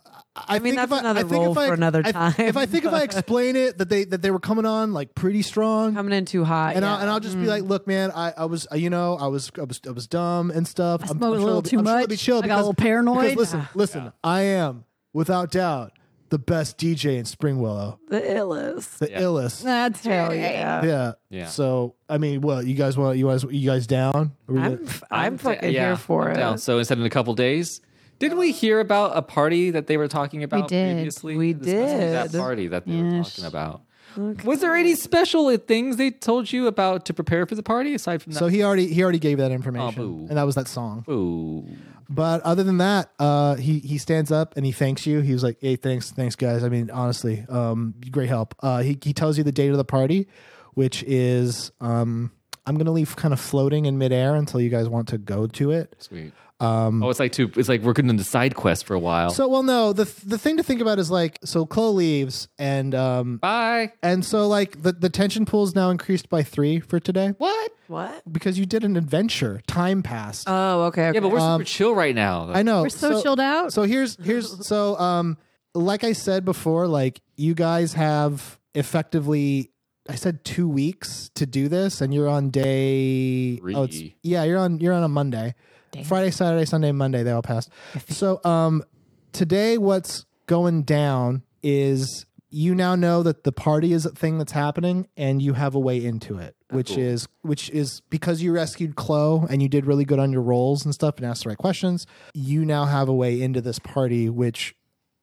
I,
mean,
think
that's
if I,
another
I think
role
if I,
for another
I-
time,
if I think if I explain it that they that they were coming on like pretty strong,
Coming in too hot.
and
yeah.
I'll and I'll just
Mm.
be like, look, man, I, I was uh, you know I was I was I was dumb and stuff. I
smoked a little too
I'm Sure it'll be
much.
chill
I got a
because-
little paranoid.
because listen, listen, I am without doubt the best DJ in Spring Willow,
the illest.
the
Yeah.
illest.
That's
Hell
right.
yeah.
Yeah.
Yeah.
So I mean, what you guys want? You guys you guys down? Are we
I'm,
good?
f- I'm fucking here for
I'm
it.
down. So instead in a couple days, didn't we hear about a party that they were talking about
did.
previously?
We
This must be That
did.
party that they were
Yes.
talking about. Was there any special things they told you about to prepare for the party aside from that?
so he already he already gave that information,
boo.
and that was that song.
Ooh.
But other than that, uh, he he stands up and he thanks you. He was like, "Hey, thanks, thanks, guys. I mean, honestly, um, great help." Uh, he he tells you the date of the party, which is um, I'm gonna leave kind of floating in midair until you guys want to go to it.
Sweet. Um, oh, it's like two. It's like working on the side quest for a while.
So, well, no, the the thing to think about is like, so Chloe leaves, and um,
Bye.
and so like the the tension pool is now increased by three for today
What?
What?
because you did an adventure. Time passed.
Oh, okay. okay.
Yeah, but we're super chill right now.
um, I know.
We're so chilled out.
So here's here's so um like I said before, like you guys have effectively I said two weeks to do this, and you're on day Oh, it's,
Three.
yeah, you're on you're on a Monday, Friday, Saturday, Sunday, Monday. They all passed. so um today, what's going down is you now know that the party is a thing that's happening, and you have a way into it, which
Ah, cool.
is which is because you rescued Chloe and you did really good on your roles and stuff and asked the right questions. You now have a way into this party, which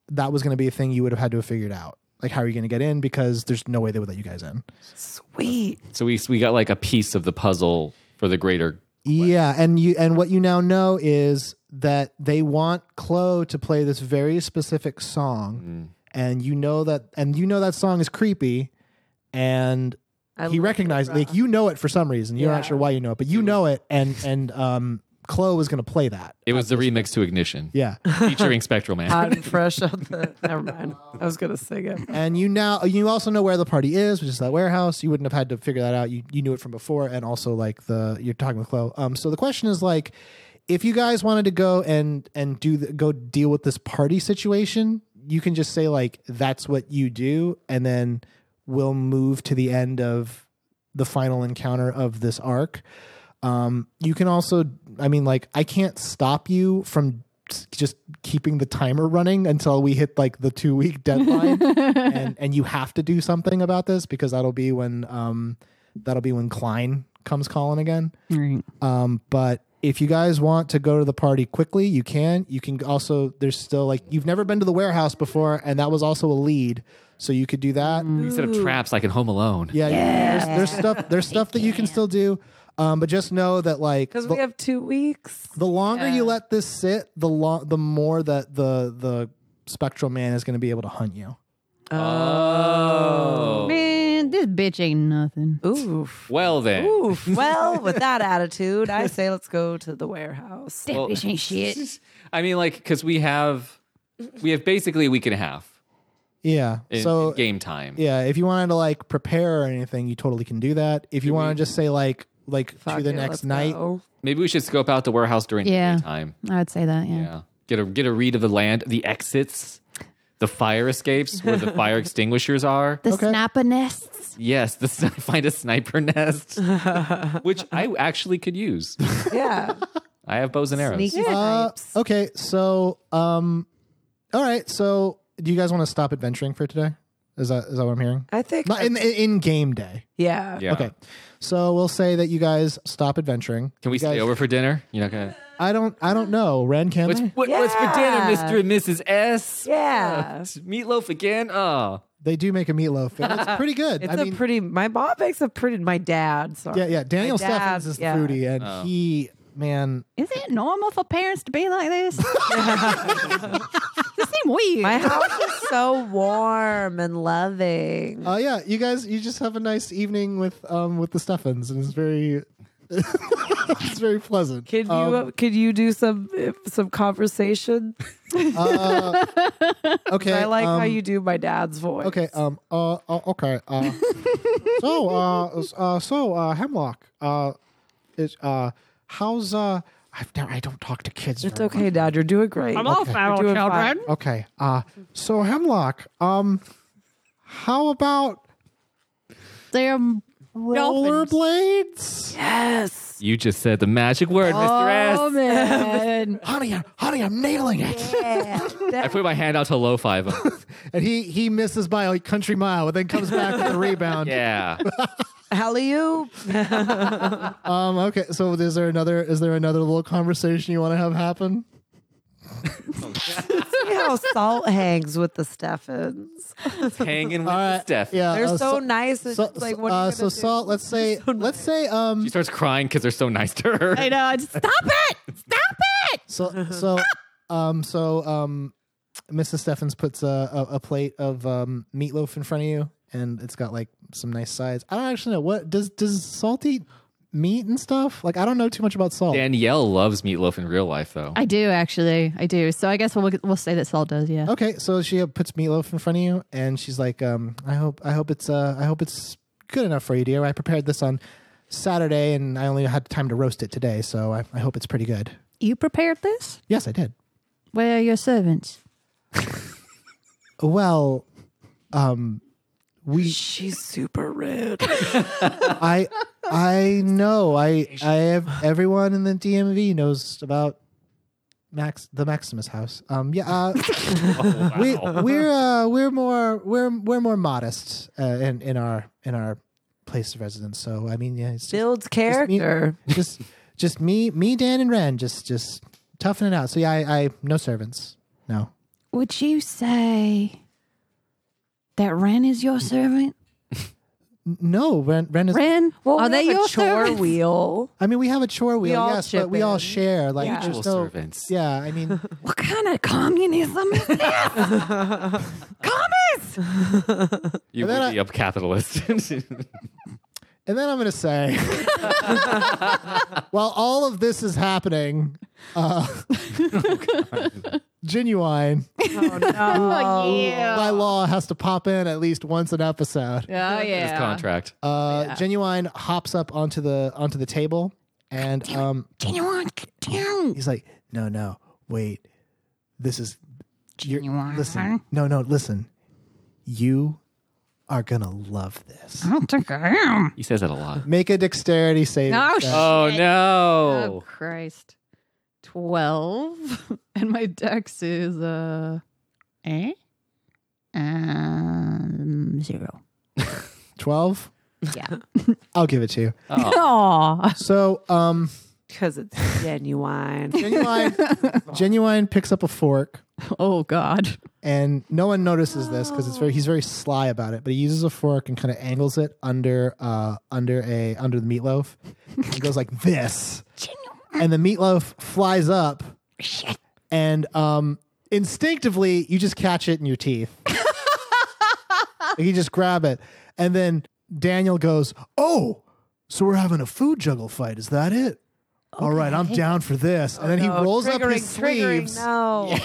that was going to be a thing you would have had to have figured out. Like, how are you going to get in? Because there's no way they would let you guys in.
Sweet.
So we we got like a piece of the puzzle for the greater.
Yeah, and you and what you now know is that they want Chloe to play this very specific song, and you know that, and you know that song is creepy, and
I
he
love
recognized
Libra.
like you know it for some reason. You're
Yeah.
not sure why you know it, but you know it, and and um, Chloe was gonna play that.
It was the remix to Ignition
Yeah,
featuring Spectral Man.
Hot and fresh out the. Never mind. I was gonna sing it.
and you now you also know where the party is, which is that warehouse. You wouldn't have had to figure that out. You you knew it from before, and also like the you're talking with Chloe. Um, so the question is like, if you guys wanted to go and and do the, go deal with this party situation, you can just say like that's what you do, and then we'll move to the end of the final encounter of this arc. Um, you can also, I mean, like I can't stop you from s- just keeping the timer running until we hit like the two week deadline, and and you have to do something about this because that'll be when um that'll be when Klein comes calling again.
Right.
Um, but if you guys want to go to the party quickly, you can. You can also. There's still like you've never been to the warehouse before, and that was also a lead, so you could do that.
Instead of traps like in Home Alone.
Yeah, you- There's, there's stuff. There's stuff that you can still do. Um, but just know that like
Because
the-
we have two weeks.
the longer you let this sit, the lo- the more that the the spectral man is going to be able to hunt you.
Oh.
Man, this bitch ain't nothing.
Oof.
Well then.
Oof. Well, with that attitude, I say let's go to the warehouse.
That bitch ain't shit.
I mean, like, because we have we have basically a week and a half
Yeah.
in,
so
in game time.
yeah, if you wanted to like prepare or anything, you totally can do that. If you want to just say like like
Fuck
to the
it,
next
let's
night,
go.
Maybe we should scope out the warehouse during
Yeah.
the daytime.
I would say that, yeah.
Yeah. Get a get a read of the land, the exits, the fire escapes where the fire extinguishers are.
The
Okay.
snapper nests.
Yes, the sni- find a sniper nest, which I actually could use.
Yeah.
I have bows and arrows.
Sneaky
Uh,
snipes.
okay, so um, all right. So, do you guys want to stop adventuring for today? Is that is that what I'm hearing?
I think.
Not in in- in game day.
yeah.
Yeah.
Okay, so we'll say that you guys stop adventuring.
Can we
You guys-
stay over for dinner? You're not gonna.
I don't I don't know. Ren, can
What's,
they?
what, What's for dinner,
Yeah.
Mister and Mrs. S?
Yeah.
Uh, meatloaf again. Oh,
They do make a meatloaf. and It's pretty good.
It's
I
a
mean,
pretty. My mom makes a pretty. My dad. Sorry.
yeah, yeah. Daniel
My dad,
Steffens is the
yeah.
foodie, and
Oh.
he man,
Is it normal for parents to be like this? this seem weird.
My house is so warm and loving.
uh, yeah. You guys, you just have a nice evening with um with the Steffens, and it's very it's very pleasant.
Could you
Um,
could you do some some conversation?
uh, okay.
I like how
um,
you do my dad's voice.
Okay. Um. Uh. uh, okay. Uh. so. Uh. s- uh so. Uh. Hemlock. Uh. Is. Uh. How's. Uh. I've never. I don't talk to kids.
It's
very
okay, Dad. You're doing great. I'm
all feral children.
much. Okay. Uh. So Hemlock. Um. How about
They're dolphins.
rollerblades?
Yes.
you just said the magic word, Mister S.
Oh man.
Honey, I'm, honey, I'm nailing it.
Yeah.
I put my hand out to low five. him.
And he he misses by a country mile, but then comes back with a rebound.
yeah.
Alley oop.
Um. Okay. So is there another is there another little conversation you want to have happen?
See how salt hangs with the Steffens.
Hanging with
All right.
Steph.
Yeah.
They're
uh,
so, nice. It's
So,
just like what
uh,
are you
so
gonna do?
salt. Let's say, let's say, um,
She starts crying because they're so nice to her.
I know. I just- Stop it! Stop it!
so, so, um, so, um, Mrs. Steffens puts a, a, a plate of um, meatloaf in front of you, and it's got like some nice sides. I don't actually know what does does salt eat meat and stuff. Like I don't know too much about salt.
Danielle loves meatloaf in real life, though.
I do actually. I do. So I guess we'll we'll say that Saul does. Yeah.
Okay, so she uh, puts meatloaf in front of you, and she's like, um, "I hope, I hope it's, uh, I hope it's good enough for you, dear. I prepared this on Saturday, and I only had time to roast it today, so I, I hope it's pretty good."
You prepared this?
Yes, I did.
Where are your servants?
Well, um, we.
She's super rude.
I. I know. I. I have everyone in the DMV knows about Max, the Maximus House. Um. Yeah. Uh, we we're uh, we're more we're we're more modest uh, in in our in our place of residence. So I mean, yeah, it's just,
Builds
just me-
character.
just just me me Dan and Ren just just toughing it out. So yeah, I, I no servants. No.
Would you say that Ren is your servant?
No, Ren, Ren is
Ren?
Well,
are
we
they
have a
your
Oh, chore
servants?
wheel.
I mean, we have a chore wheel,
all
yes, but
chip
we all
in.
share. Like,
Yeah.
there's
Mutual
no-
servants.
Yeah, I mean,
What kind of communism is this? Commies!
You
And then
would
I-
be a capitalist.
and then I'm gonna say, while all of this is happening, uh, genuine
Oh no.
by law has to pop in at least once an episode.
Oh
This
yeah.
contract.
Uh, Genuine hops up onto the onto the table, and um,
Genuine, genuine.
he's like, "No, no, wait, this is you're,
Genuine.
listen, no, no, listen, you are gonna love this."
I don't think I am.
He says that a lot.
Make a dexterity save.
No, sh-
Oh
Shit. Oh
no!
Christ. Twelve. and my dex is uh eh? Um zero.
12?
Yeah.
I'll give it to you.
Oh.
Aw.
So, um,
Because it's genuine.
genuine, genuine picks up a fork,
Oh god.
and no one notices this because it's very he's very sly about it. But he uses a fork and kind of angles it under uh under a under the meatloaf. He goes like this, and the meatloaf flies up, and um instinctively you just catch it in your teeth. Like, you just grab it. And then Daniel goes, Oh, so we're having a food juggle fight. Is that it? All right, I'm down for this. And then he
Oh, No,
rolls up
triggering,
his
triggering,
sleeves.
No.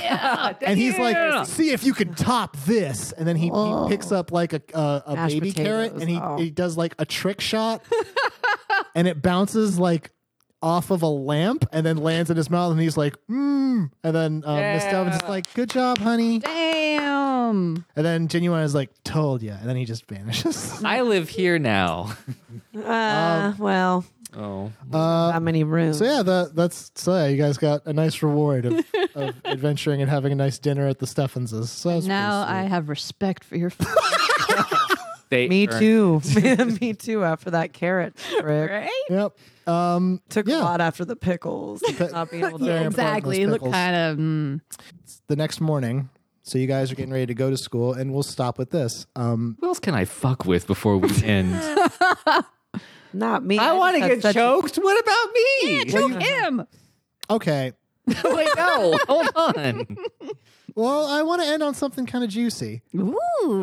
And he's
Yeah.
like, see if you can top this. And then he, he picks up like a, a, a
Oh. Mashed
baby carrot
potatoes.
and he,
Oh.
he does like a trick shot and it bounces like off of a lamp and then lands in his mouth and he's like, mmm. And then um, Miss Delvin's just like, good job, honey.
Damn.
And then Genuine is like, told ya. And then he just vanishes.
I live here now.
Uh, well,
Oh,
Uh,
not many rooms.
so yeah, that, that's so yeah, you guys got a nice reward of, of adventuring and having a nice dinner at the Steffenses. So that's pretty
Now
sweet.
I have respect for your
they
Me
earn-
too. Me too. After that carrot trick,
Yep. Um,
took
Yeah.
a lot after the pickles. Not being able to.
Yeah.
exactly.
those
Look
pickles.
kind of. Mm.
the next morning. So you guys are getting ready to go to school, and we'll stop with this. Um,
Who else can I fuck with before we end?
Not me.
I
just
want to
had
get
such a-
choked. What about me?
Choke him.
okay.
Wait, no. Hold on.
Well, I want to end on something kind of juicy.
Ooh.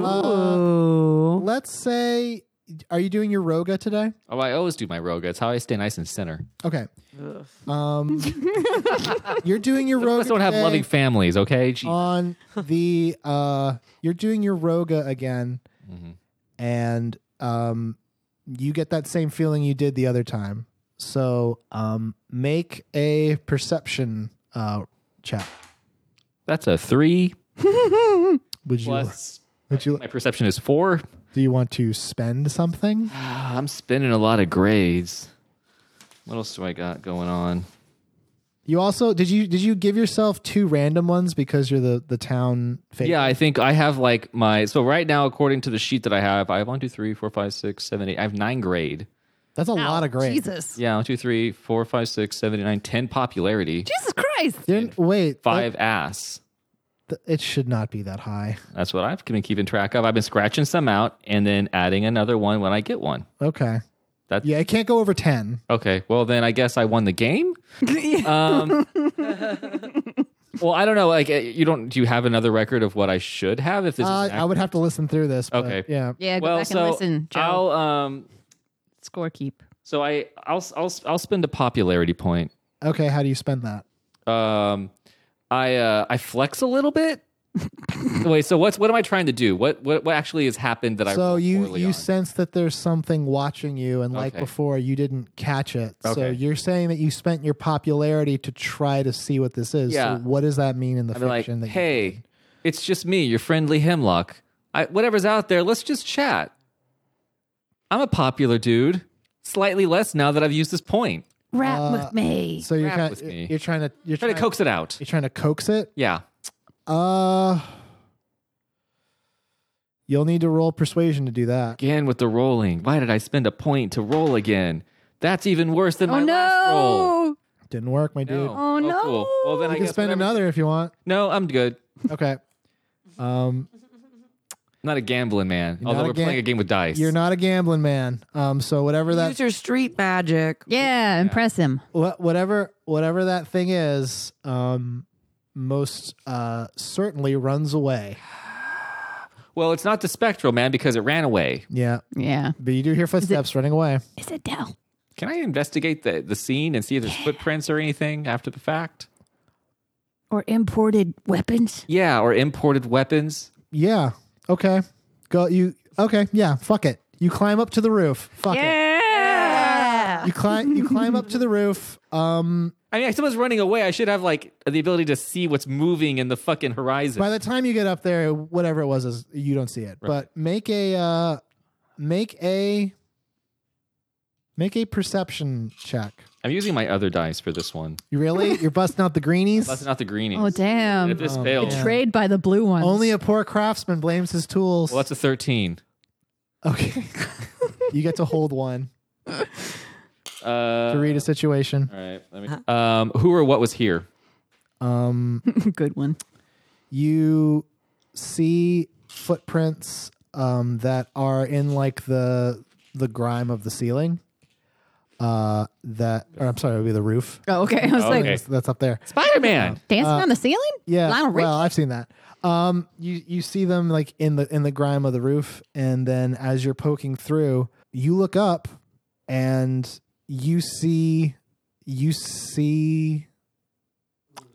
Uh,
Ooh.
let's say, are you doing your roga today?
Oh, I always do my roga. It's how I stay nice and center.
Okay. Um, you're doing your
Some of
roga.
us don't have
today
loving families, okay? Gee.
on the. Uh, you're doing your roga again, and um, you get that same feeling you did the other time. So um, make a perception uh, check.
That's a three
Would you?
plus.
Would you?
My perception is four.
Do you want to spend something?
Ah, I'm spinning a lot of grades. What else do I got going on?
You also did you did you give yourself two random ones because you're the the town favorite?
Yeah, I think I have like my. So right now, according to the sheet that I have, I have one, two, three, four, five, six, seven, eight. I have nine grade.
that's a lot of great.
Jesus.
Yeah, one, two, three, four, five, six, seven, eight, nine, ten popularity.
Jesus Christ.
Didn't- wait,
Five ass.
that- it should not be that high.
That's what I've been keeping track of. I've been scratching some out and then adding another one when I get one.
Okay.
That's-
yeah, it can't go over ten.
Okay, well then I guess I won the game. Um, well, I don't know. Like uh, you don't. Do you have another record of what I should have? If this
Uh,
is
I would have to listen through this. But
Okay.
Yeah.
Yeah, go
well,
back
so
and listen, Joe.
I'll um.
Scorekeep.
So I I'll I'll I'll spend a popularity point.
Okay. How do you spend that?
Um, I uh I flex a little bit. Wait, so what's what am I trying to do? What what what actually has happened that I
so
rolled
you
poorly
you
on?
sense that there's something watching you, and like
Okay.
before, you didn't catch it. So
Okay.
you're saying that you spent your popularity to try to see what this is.
Yeah.
So what does that mean in the
I'd be like,
fiction? that you-
hey, it's just me, your friendly hemlock. I, whatever's out there, let's just chat. I'm a popular dude. Slightly less now that I've used this point.
Rap with me.
Uh, so you're
rap
kind
with me.
you're trying to you're
Try to
trying
coax it out.
You're trying to coax it.
Yeah.
Uh, you'll need to roll persuasion to do that.
Again with the rolling. Why did I spend a point to roll again? That's even worse than my
oh
last roll.
no.
Didn't work, my
No.
dude.
Oh, no.
Well, then I
You
guess
can spend
whatever-
another if you want.
No, I'm good.
Okay. Um,
I'm not a gambling man.
You're not
although
a
we're
gam-
playing a game with dice.
you're not a gambling man. Um, so whatever that,
Use your street magic.
Yeah, impress him.
wha- whatever, whatever that thing is, um, most uh certainly runs away.
Well, it's not the spectral man because it ran away.
Yeah,
Yeah.
but you do hear footsteps running away.
Is it Dell?
Can I investigate the, the scene and see if there's footprints or anything after the fact?
Or imported weapons?
Yeah, or imported weapons.
Yeah. Okay. Go. You. Okay. Yeah. Fuck it. You climb up to the roof. Fuck it.
Yeah.
You climb. You climb up to the roof. Um.
I mean, if someone's running away, I should have like the ability to see what's moving in the fucking horizon.
By the time you get up there, whatever it was, is you don't see it. But make a uh, make a make a perception check.
I'm using my other dice for this one.
You really? You're busting out the greenies.
That's not the greenies.
Oh, damn.
If this fails,
yeah.
Trade by the blue ones.
Only a poor craftsman blames his tools.
well, that's a 13.
okay. you get to hold one
Uh,
to read a situation.
All right. Let me,
Uh-huh.
um, who or what was here?
Um,
Good one.
you see footprints um, that are in like the the grime of the ceiling. uh, that, or I'm sorry, it would be the roof.
Oh, okay. I was
Okay.
like
That's, that's up there.
Spider Man.
dancing
Uh,
on the ceiling.
Yeah.
Lionel Richie?
well, I've seen that. Um, you you see them like in the in the grime of the roof, and then as you're poking through, you look up, and you see you see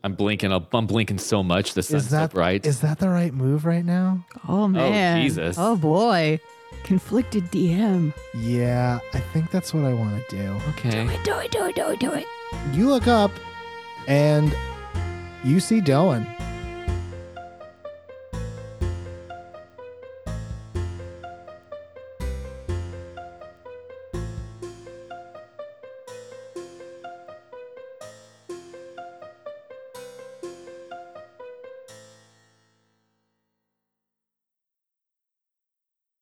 I'm blinking. I'll- I'm blinking so much. The sun's
is that
so bright.
is that the right move right now?
Oh man.
Jesus.
Oh boy. Conflicted DM.
Yeah, I think that's what I want to do.
okay.
Do it. Do it. Do it. Do it.
You look up, and you see Doan.